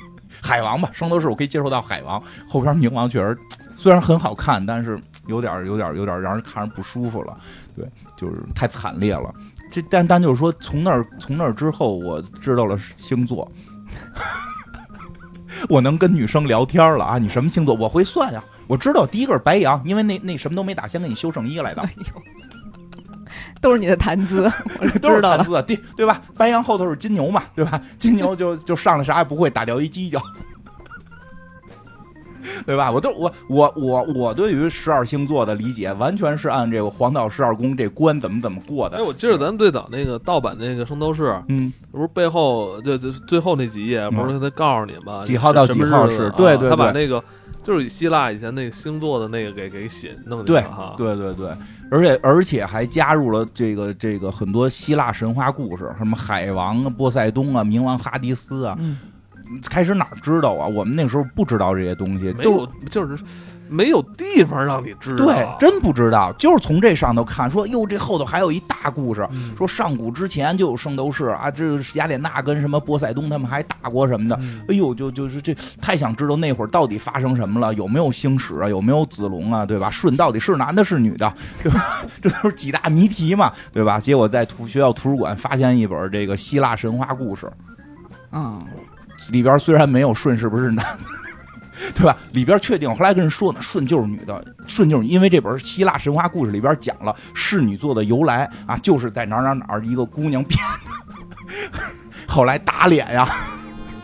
S1: (laughs) 海王吧，圣斗士我可以接受到海王，后边冥王确实虽然很好看，但是有点有点有点让人看着不舒服了，对，就是太惨烈了。这但但就是说，从那儿从那儿之后，我知道了星座， (laughs) 我能跟女生聊天了啊！你什么星座？我会算呀、我知道第一个是白羊，因为那那什么都没打，先给你修圣衣来的。
S3: 哎呦， (laughs) 都是你的谈
S1: (laughs)
S3: 资，我是
S1: 都是
S3: 知道
S1: 谈
S3: 了。
S1: 资，啊对对吧？白羊后头是金牛嘛，对吧？ (laughs) 金牛就就上来啥也不会，打掉一犄角， (laughs) 对吧？我都我我我我对于十二星座的理解，完全是按这个黄道十二宫这关怎么怎么过
S2: 哎，
S1: 的。
S2: 我记得咱们最早那个盗版那个圣斗士，
S1: 嗯，
S2: 不是背后就就最后那几页，不是他告诉你吗？
S1: 几号到几号是
S2: 什么日子啊
S1: 对对
S2: 他把
S1: 对
S2: 那个就是希腊以前那个星座的那个给给写弄进
S1: 对
S2: 去了哈。
S1: 对对对，而且而且还加入了这个这个很多希腊神话故事，什么海王啊、波塞冬啊、冥王哈迪斯啊。
S3: 嗯，
S1: 开始哪儿知道啊？我们那时候不知道这些东西，
S2: 没
S1: 都
S2: 有，就是没有地方让你知道。啊
S1: 对，真不知道，就是从这上头看，说哟，这后头还有一大故事，
S2: 嗯
S1: 说上古之前就有圣斗士啊，这雅典娜跟什么波塞冬他们还打过什么的。
S2: 嗯
S1: 哎呦，就就是这太想知道那会儿到底发生什么了，有没有星矢啊，有没有子龙啊，对吧？舜到底是男的，是女的，对吧？ (laughs) 这都是几大谜题嘛，对吧？结果在图学校图书馆发现一本这个希腊神话故事，
S3: 嗯，
S1: 里边虽然没有舜是不是男 (laughs) 的，对吧？里边确定，我后来跟人说呢，舜就是女的，舜就是因为这本希腊神话故事里边讲了侍女座的由来啊，就是在哪儿哪儿哪儿一个姑娘变的， (laughs) 后来打脸呀， (laughs)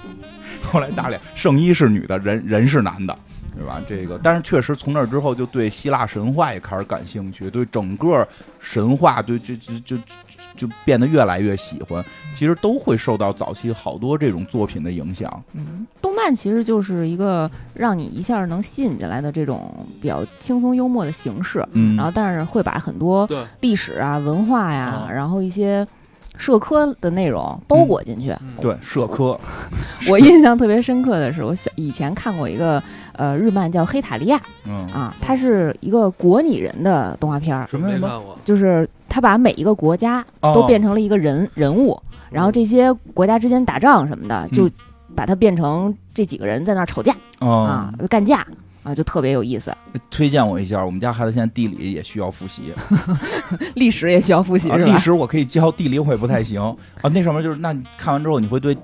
S1: 后来打脸，圣衣是女的，人人是男的。对吧？这个，但是确实从那之后就对希腊神话也开始感兴趣，对整个神话，对就就就就就变得越来越喜欢。其实都会受到早期好多这种作品的影响。
S3: 嗯动漫其实就是一个让你一下能吸引进来的这种比较轻松幽默的形式，
S1: 嗯
S3: 然后但是会把很多
S2: 对，
S3: 历史啊、文化呀、
S1: 嗯
S3: 然后一些社科的内容包裹进去。
S2: 嗯，
S1: 对社科，
S3: (laughs)
S1: 嗯
S3: 我印象特别深刻的是，我小以前看过一个呃日漫叫《黑塔利亚》
S1: 嗯
S3: 啊，它是一个国拟人的动画片儿，
S1: 什么
S2: 没
S1: 什么
S2: 看过。
S3: 就是他把每一个国家
S1: 哦
S3: 啊
S1: 嗯
S3: 都变成了一个人、人物，然后这些国家之间打仗什么的，就把它变成这几个人在那儿吵架、
S1: 哦
S3: 啊，干架啊，就特别有意思。
S1: 推荐我一下，我们家孩子现在地理也需要复习，
S3: 历史也需要复习
S1: 啊
S3: (laughs) 是
S1: 历
S3: 吧？
S1: 史我可以教，地理我也不太
S3: (laughs)
S1: 行啊。那上面就是，那你看完之后你会对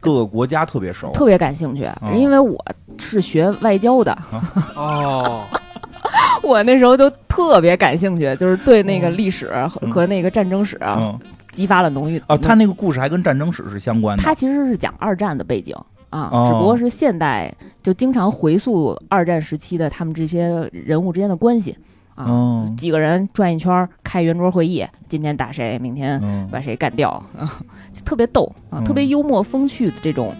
S1: 各个国家特别熟，
S3: 特别感兴趣，
S1: 哦
S3: 因为我是学外交的，
S2: 哦，
S3: (laughs) 我那时候就特别感兴趣，就是对那个
S1: 嗯
S3: 历史和
S1: 嗯
S3: 和那个战争史啊
S1: 嗯
S3: 激发了浓郁。
S1: 啊，他那个故事还跟战争史是相关的，
S3: 它其实是讲二战的背景啊，
S1: 哦
S3: 只不过是现代，就经常回溯二战时期的他们这些人物之间的关系啊，
S1: 哦
S3: 几个人转一圈儿，开圆桌会议，今天打谁，明天
S1: 嗯
S3: 把谁干掉，啊、就特别逗啊，
S1: 嗯
S3: 特别幽默风趣的这种。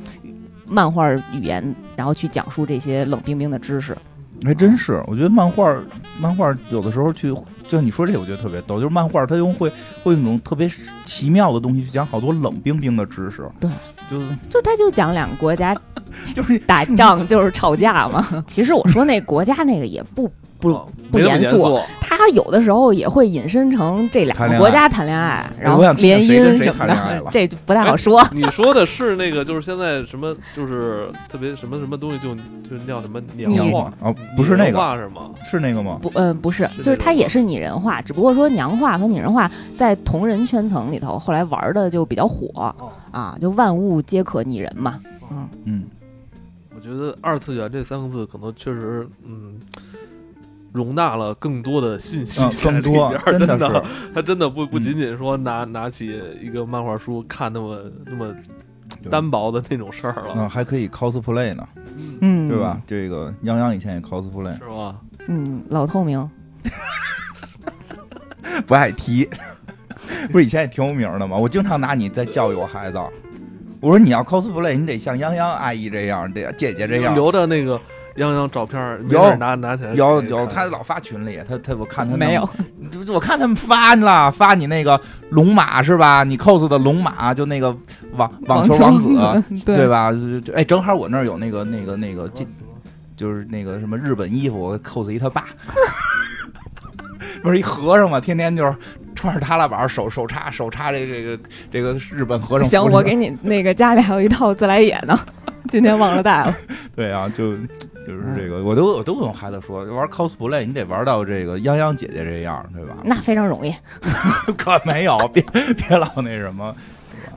S3: 漫画语言，然后去讲述这些冷冰冰的知识，
S1: 还
S3: 嗯
S1: 真是，我觉得漫画儿，漫画儿有的时候去，就你说这，我觉得特别逗，就是漫画儿它用会会用那种特别奇妙的东西去讲好多冷冰冰的知识，
S3: 对，
S1: 就 (laughs)
S3: 就他就讲两个国家
S1: 就是 (laughs)
S3: 打仗就是吵架嘛。其实我说那国家那个也不不
S2: 哦
S3: 不
S2: 没那么
S3: 严
S2: 严
S3: 肃，他有的时候也会引申成这两
S1: 谈
S3: 个
S1: 恋
S3: 国
S1: 爱
S3: 家谈恋爱，然后
S1: 我想听听
S3: 联
S1: 谁跟
S3: 姻
S1: 谁
S3: 什么
S1: 谈恋爱
S3: 的
S1: 了，
S3: 这不太好
S1: (laughs)
S3: 说。
S2: 你说的是那个，就是现在什么，就是特别什么什么东西就就叫什么年
S3: 你
S1: 娘
S2: 画
S1: 化，啊，不是那
S2: 年
S1: 个，
S2: 画是吗？
S1: 是那个吗？
S3: 不，嗯，不是，
S2: 是
S3: 就
S2: 这
S3: 是它
S2: 种
S3: 也
S2: 吗
S3: 是拟人化，只不过说娘化和拟人化在同人圈层里头后来玩的就比较火
S2: 哦
S3: 啊，就万物皆可拟人嘛。
S1: 嗯，
S2: 我觉得“二次元”这三个字可能确实，嗯，容纳了更多的信息
S1: 嗯，
S2: 在
S1: 更
S2: 里
S1: 多
S2: 边儿
S1: 真
S2: 真
S1: 的是，
S2: 它真的不不
S1: 嗯
S2: 仅仅说拿拿起一个漫画书看那么那么
S1: 对
S2: 单薄的那种事儿了，
S1: 嗯，还可以 cosplay 呢，
S3: 嗯，
S1: 对吧？？这个泱泱以前也 cosplay，
S2: 是吗？
S3: 嗯，老透明，
S1: 不爱踢， (laughs) 不是以前也挺有名的吗？我经常拿你在教育我孩子，我说你要 cosplay，你得像泱泱阿姨这样，得姐姐这样。
S2: 留着那个泱泱照片儿，没
S1: 有
S2: 事儿拿拿起来
S1: 有
S2: 看
S1: 有，
S2: 呃看
S1: 他老发群里，他他我看他
S3: 没有，
S1: (laughs) 就就我看他们发了，发你那个龙马是吧？你 cos 的龙马就那个网
S3: (laughs)
S1: 网球王子，啊
S3: 对
S1: 对吧？就就哎，正好我那儿有那个那个那个，就就是那个什么日本衣服，我 cos 一他爸， (laughs) 不是一和尚嘛，天天就是穿着踏拉板，手手插手插这这个这个日本和尚服里
S3: 行，
S1: 边。
S3: 我给你那个家里还有一套自来也呢， (laughs) 今天忘了带了。
S1: 对啊，就就是
S3: 嗯
S1: 这个，我都我都跟我孩子说，玩 cosplay 你得玩到这个泱泱姐姐这样，对吧？
S3: 那非常容易
S1: (laughs) 可没有，别别老那什么，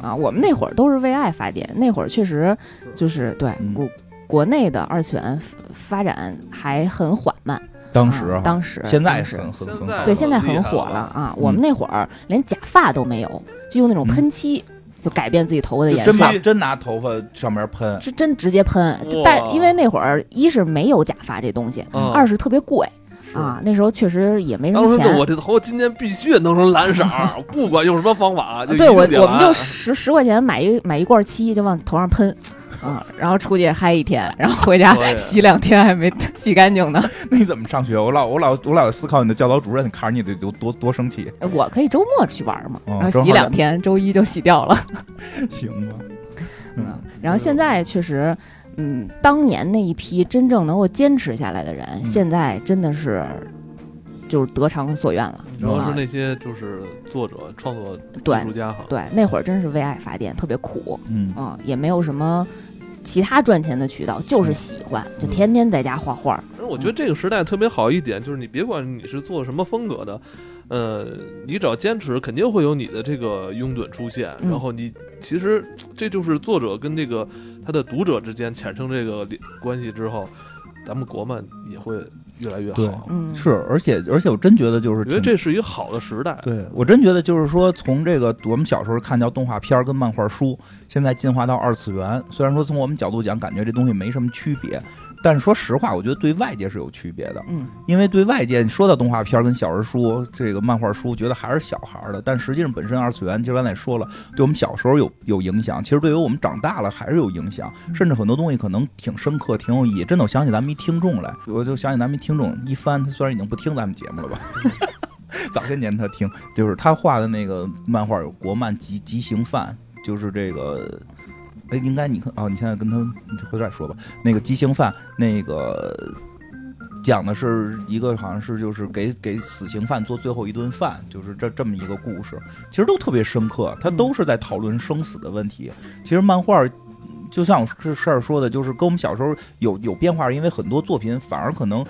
S3: 啊，我们那会儿都是为爱发电，那会儿确实就是对
S1: 嗯
S3: 国国内的二次元发展还很缓慢，
S1: 当时
S3: 啊
S1: 哈
S3: 当时
S1: 现在
S3: 当
S1: 是
S3: 时
S1: 很很
S2: 现
S1: 很
S2: 在
S1: 好
S3: 对，
S2: 了
S1: 的
S3: 现在
S2: 厉
S3: 很
S2: 害
S3: 火
S2: 了
S3: 了啊！我们那会儿连假发都没有，就用那种
S1: 嗯
S3: 喷漆，就改变自己头发的
S1: 就
S3: 颜
S1: 真
S3: 色，
S1: 把真拿头发上面喷， (laughs)
S3: 是真直接喷
S2: 哇。
S3: 但因为那会儿一是没有假发这东西，
S2: 嗯
S3: 二是特别贵
S2: 是
S3: 啊，那时候确实也没什
S2: 当
S3: 么
S2: 时就
S3: 钱
S2: 我。这头今天必须弄成蓝色儿，
S3: (laughs)
S2: 不管用什么方法，就一
S3: 对我
S2: 定得，
S3: 我们
S2: 蓝
S3: 就十十块钱买一买一罐漆，就往头上喷，啊，然后出去嗨一天，然后回家
S2: 可以
S3: 洗两天还没洗干净呢。
S1: 那你怎么上学？我老我老我老思考你的教导主任看着你得多多多生气， (laughs)
S3: 我可以周末去玩嘛，
S1: 哦
S3: 然后
S1: 正
S3: 洗
S1: 好
S3: 两天，周一就洗掉了。
S1: 行吧？
S3: 嗯，然后现在确实，嗯，当年那一批真正能够坚持下来的人，现在真的是就是得偿所愿了。
S2: 主要是
S3: 啊
S2: 那些就是作者、创作
S3: 对
S2: 艺术家哈，
S3: 对，那会儿真是为爱发电，特别苦，
S1: 嗯，
S3: 嗯，也没有什么其他赚钱的渠道，就是喜欢，就天天在家画画。
S2: 但是我觉得这个时代特别好一点，就是你别管你是做什么风格的，呃，你只要坚持，肯定会有你的这个拥趸出现。
S3: 嗯
S2: 然后你其实这就是作者跟这个他的读者之间产生这个联关系之后，咱们国漫也会越来越
S1: 对
S2: 好。
S3: 嗯，
S1: 是，而且而且我真觉得就是
S2: 我觉得这是一个好的时代。
S1: 对我真觉得就是说，从这个我们小时候看叫动画片儿跟漫画书，现在进化到二次元。虽然说从我们角度讲，感觉这东西没什么区别，但是说实话，我觉得对外界是有区别的。
S3: 嗯，
S1: 因为对外界你说到动画片儿跟小人书、这个漫画书，觉得还是小孩儿的，但实际上本身二次元，其实刚才也说了，对我们小时候有有影响，其实对于我们长大了还是有影响，甚至很多东西可能挺深刻、挺有意义。真的，我想起咱们一听众来，我就想起咱们一听众一帆，他虽然已经不听咱们节目了吧。 (laughs) 早些年他听，就是他画的那个漫画有国漫《极极刑犯》，就是这个，哎，应该你看哦，你现在跟他你回头再说吧。那个《极刑犯》那个讲的是一个好像是就是给给死刑犯做最后一顿饭，就是这这么一个故事，其实都特别深刻，它都是在讨论生死的问题。其实漫画。就像我这事儿说的，就是跟我们小时候有有变化，因为很多作品反而可能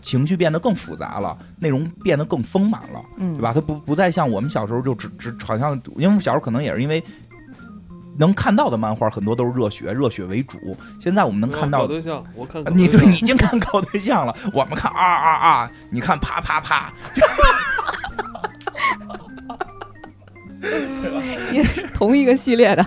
S1: 情绪变得更复杂了，内容变得更丰满了，
S3: 嗯，
S1: 对吧？它不不再像我们小时候就只只好像，因为我们小时候可能也是因为能看到的漫画很多都是热血，热血为主。现在我们能看到
S2: 嗯搞
S1: 的，
S2: 对象，我看
S1: 啊你对
S2: 对
S1: 你已经看 (laughs) 搞对象了，我们看啊啊啊，你看啪啪啪，
S3: 也是同一个系列的。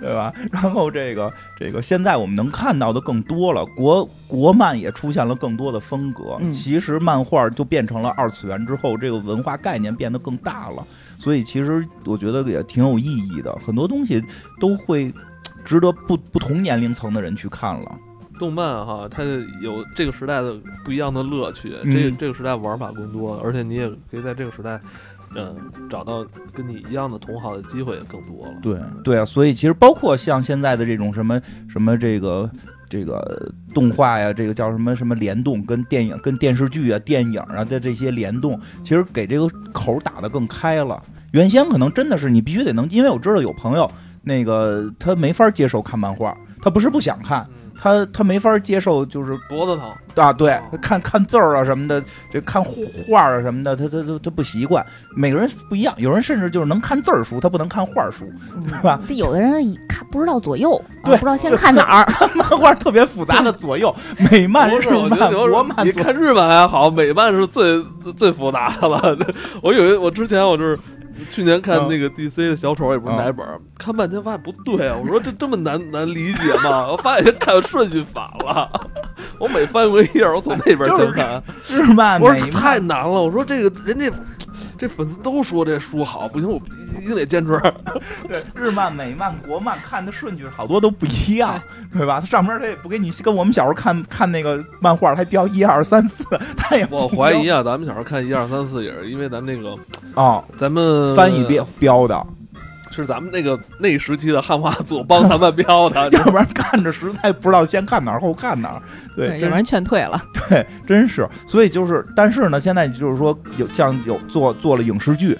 S1: 对吧？ (laughs) 然后这个这个，现在我们能看到的更多了，国国漫也出现了更多的风格。
S3: 嗯
S1: 其实漫画就变成了二次元之后，这个文化概念变得更大了，所以其实我觉得也挺有意义的，很多东西都会值得不不同年龄层的人去看了。
S2: 动漫哈，它有这个时代的不一样的乐趣，
S1: 嗯
S2: 这这个时代玩法更多，而且你也可以在这个时代，嗯、找到跟你一样的同好的机会也更多了。
S1: 对对啊，所以其实包括像现在的这种什么什么这个这个动画呀，这个叫什么什么联动，跟电影、跟电视剧啊、电影啊的这些联动，其实给这个口打得更开了。原先可能真的是你必须得能，因为我知道有朋友那个他没法接受看漫画，他不是不想看，
S2: 嗯
S1: 他他没法接受就是
S2: 脖子疼，
S1: 啊，对，看看字儿啊什么的，这看画画儿啊什么的，他他他他不习惯。每个人不一样，有人甚至就是能看字儿书，他不能看画儿书。
S3: 对
S1: 吧？
S3: 这有的人一看不知道左右，啊
S1: 对
S3: 不知道先看哪儿，
S1: 漫画特别复杂的左
S2: (laughs)
S1: 右，美漫、
S2: 不
S1: 日
S2: 是，我觉得
S1: 漫、
S2: 有时
S1: 国
S2: 候
S1: 漫
S2: 你
S1: 左。
S2: 看日漫还好，美漫是最最最复杂的了。 (laughs) 我以为我之前我就是去年看那个 DC 的小丑，也不是哪本，看半天发现不对，我说这这么难 (laughs) 难理解吗？我发现看顺序反了， (laughs) 我每翻过一页，我从那边先看，
S1: 日漫、
S2: 我说
S1: 美
S2: 这太
S1: 漫，
S2: 难了，我说这个人家。这粉丝都说这书好，不行，我一定得坚持。
S1: 对日漫、美漫、国漫看的顺序好多都不一样，对吧？它上面它也不给你跟我们小时候看看那个漫画，它标一二三四，它也
S2: 我
S1: 不
S2: 怀疑
S1: 标
S2: 啊，咱们小时候看一二三四也是因为咱们那个，
S1: 哦，
S2: 咱们
S1: 翻译标标的，
S2: 是咱们那个那时期的汉化组帮咱们标的，
S1: (laughs)
S2: (laughs)
S1: 要不然看着实在不知道先看哪儿后看哪儿。对，真
S3: (laughs) 有人劝退了。
S1: 对，真是。所以就是，但是呢，现在就是说有像有做做了影视剧，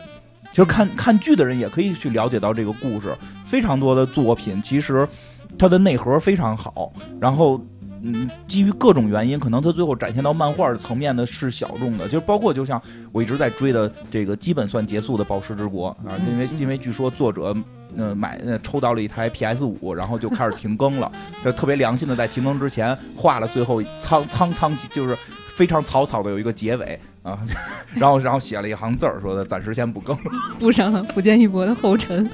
S1: 其实看看剧的人也可以去了解到这个故事，非常多的作品其实它的内核非常好，然后。嗯，基于各种原因，可能它最后展现到漫画的层面的是小众的，就是包括就像我一直在追的这个基本算结束的《宝石之国》啊，因为因为据说作者呃买呃抽到了一台 PS 五，然后就开始停更了，就特别良心的在停更之前画了最后苍苍苍就是非常草草的有一个结尾啊， (laughs) 然后然后写了一行字儿说的暂时先不更，
S3: 步上了不坚一博的后尘。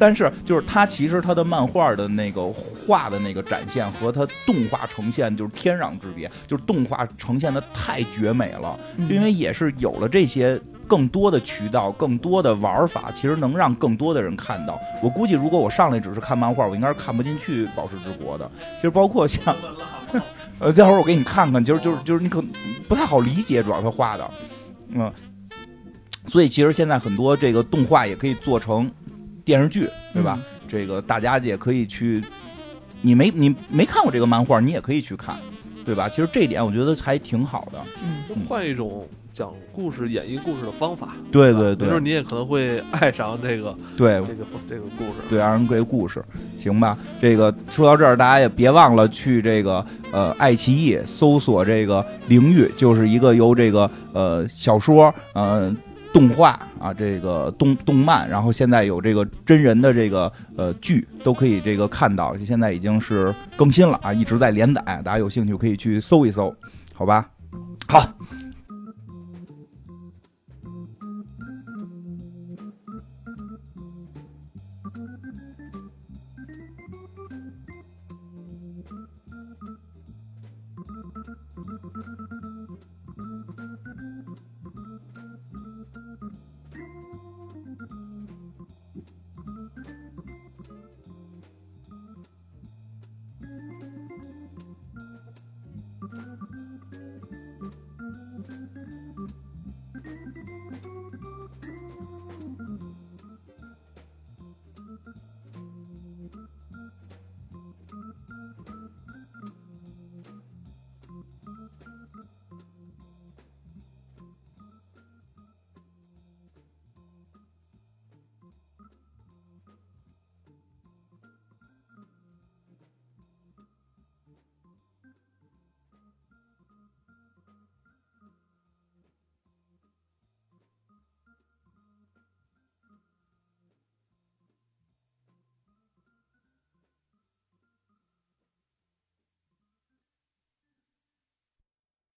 S1: 但是就是他其实他的漫画的那个画的那个展现和他动画呈现就是天壤之别，就是动画呈现的太绝美了。
S3: 嗯
S1: 就因为也是有了这些更多的渠道、更多的玩法，其实能让更多的人看到。我估计，如果我上来只是看漫画，我应该是看不进去《宝石之国》的。其实包括像， (laughs) 呃，待会儿我给你看看，就是就是就是你可不太好理解，主要他画的，嗯。所以其实现在很多这个动画也可以做成电视剧，对吧？
S3: 嗯
S1: 这个大家也可以去，你没你没看过这个漫画，你也可以去看，对吧？其实这一点我觉得还挺好的。
S3: 嗯？
S2: 就换一种讲故事、演绎故事的方法。
S1: 对对
S2: 没
S1: 对
S2: 准你也可能会爱上这个
S1: 对，
S2: 这个这个故事。
S1: 对二人鬼故事，行吧？这个说到这儿，大家也别忘了去这个呃爱奇艺搜索这个《灵域》，就是一个由这个呃小说呃动画啊这个动动漫，然后现在有这个真人的这个呃剧都可以这个看到，现在已经是更新了啊，一直在连载，大家有兴趣可以去搜一搜，好吧？好，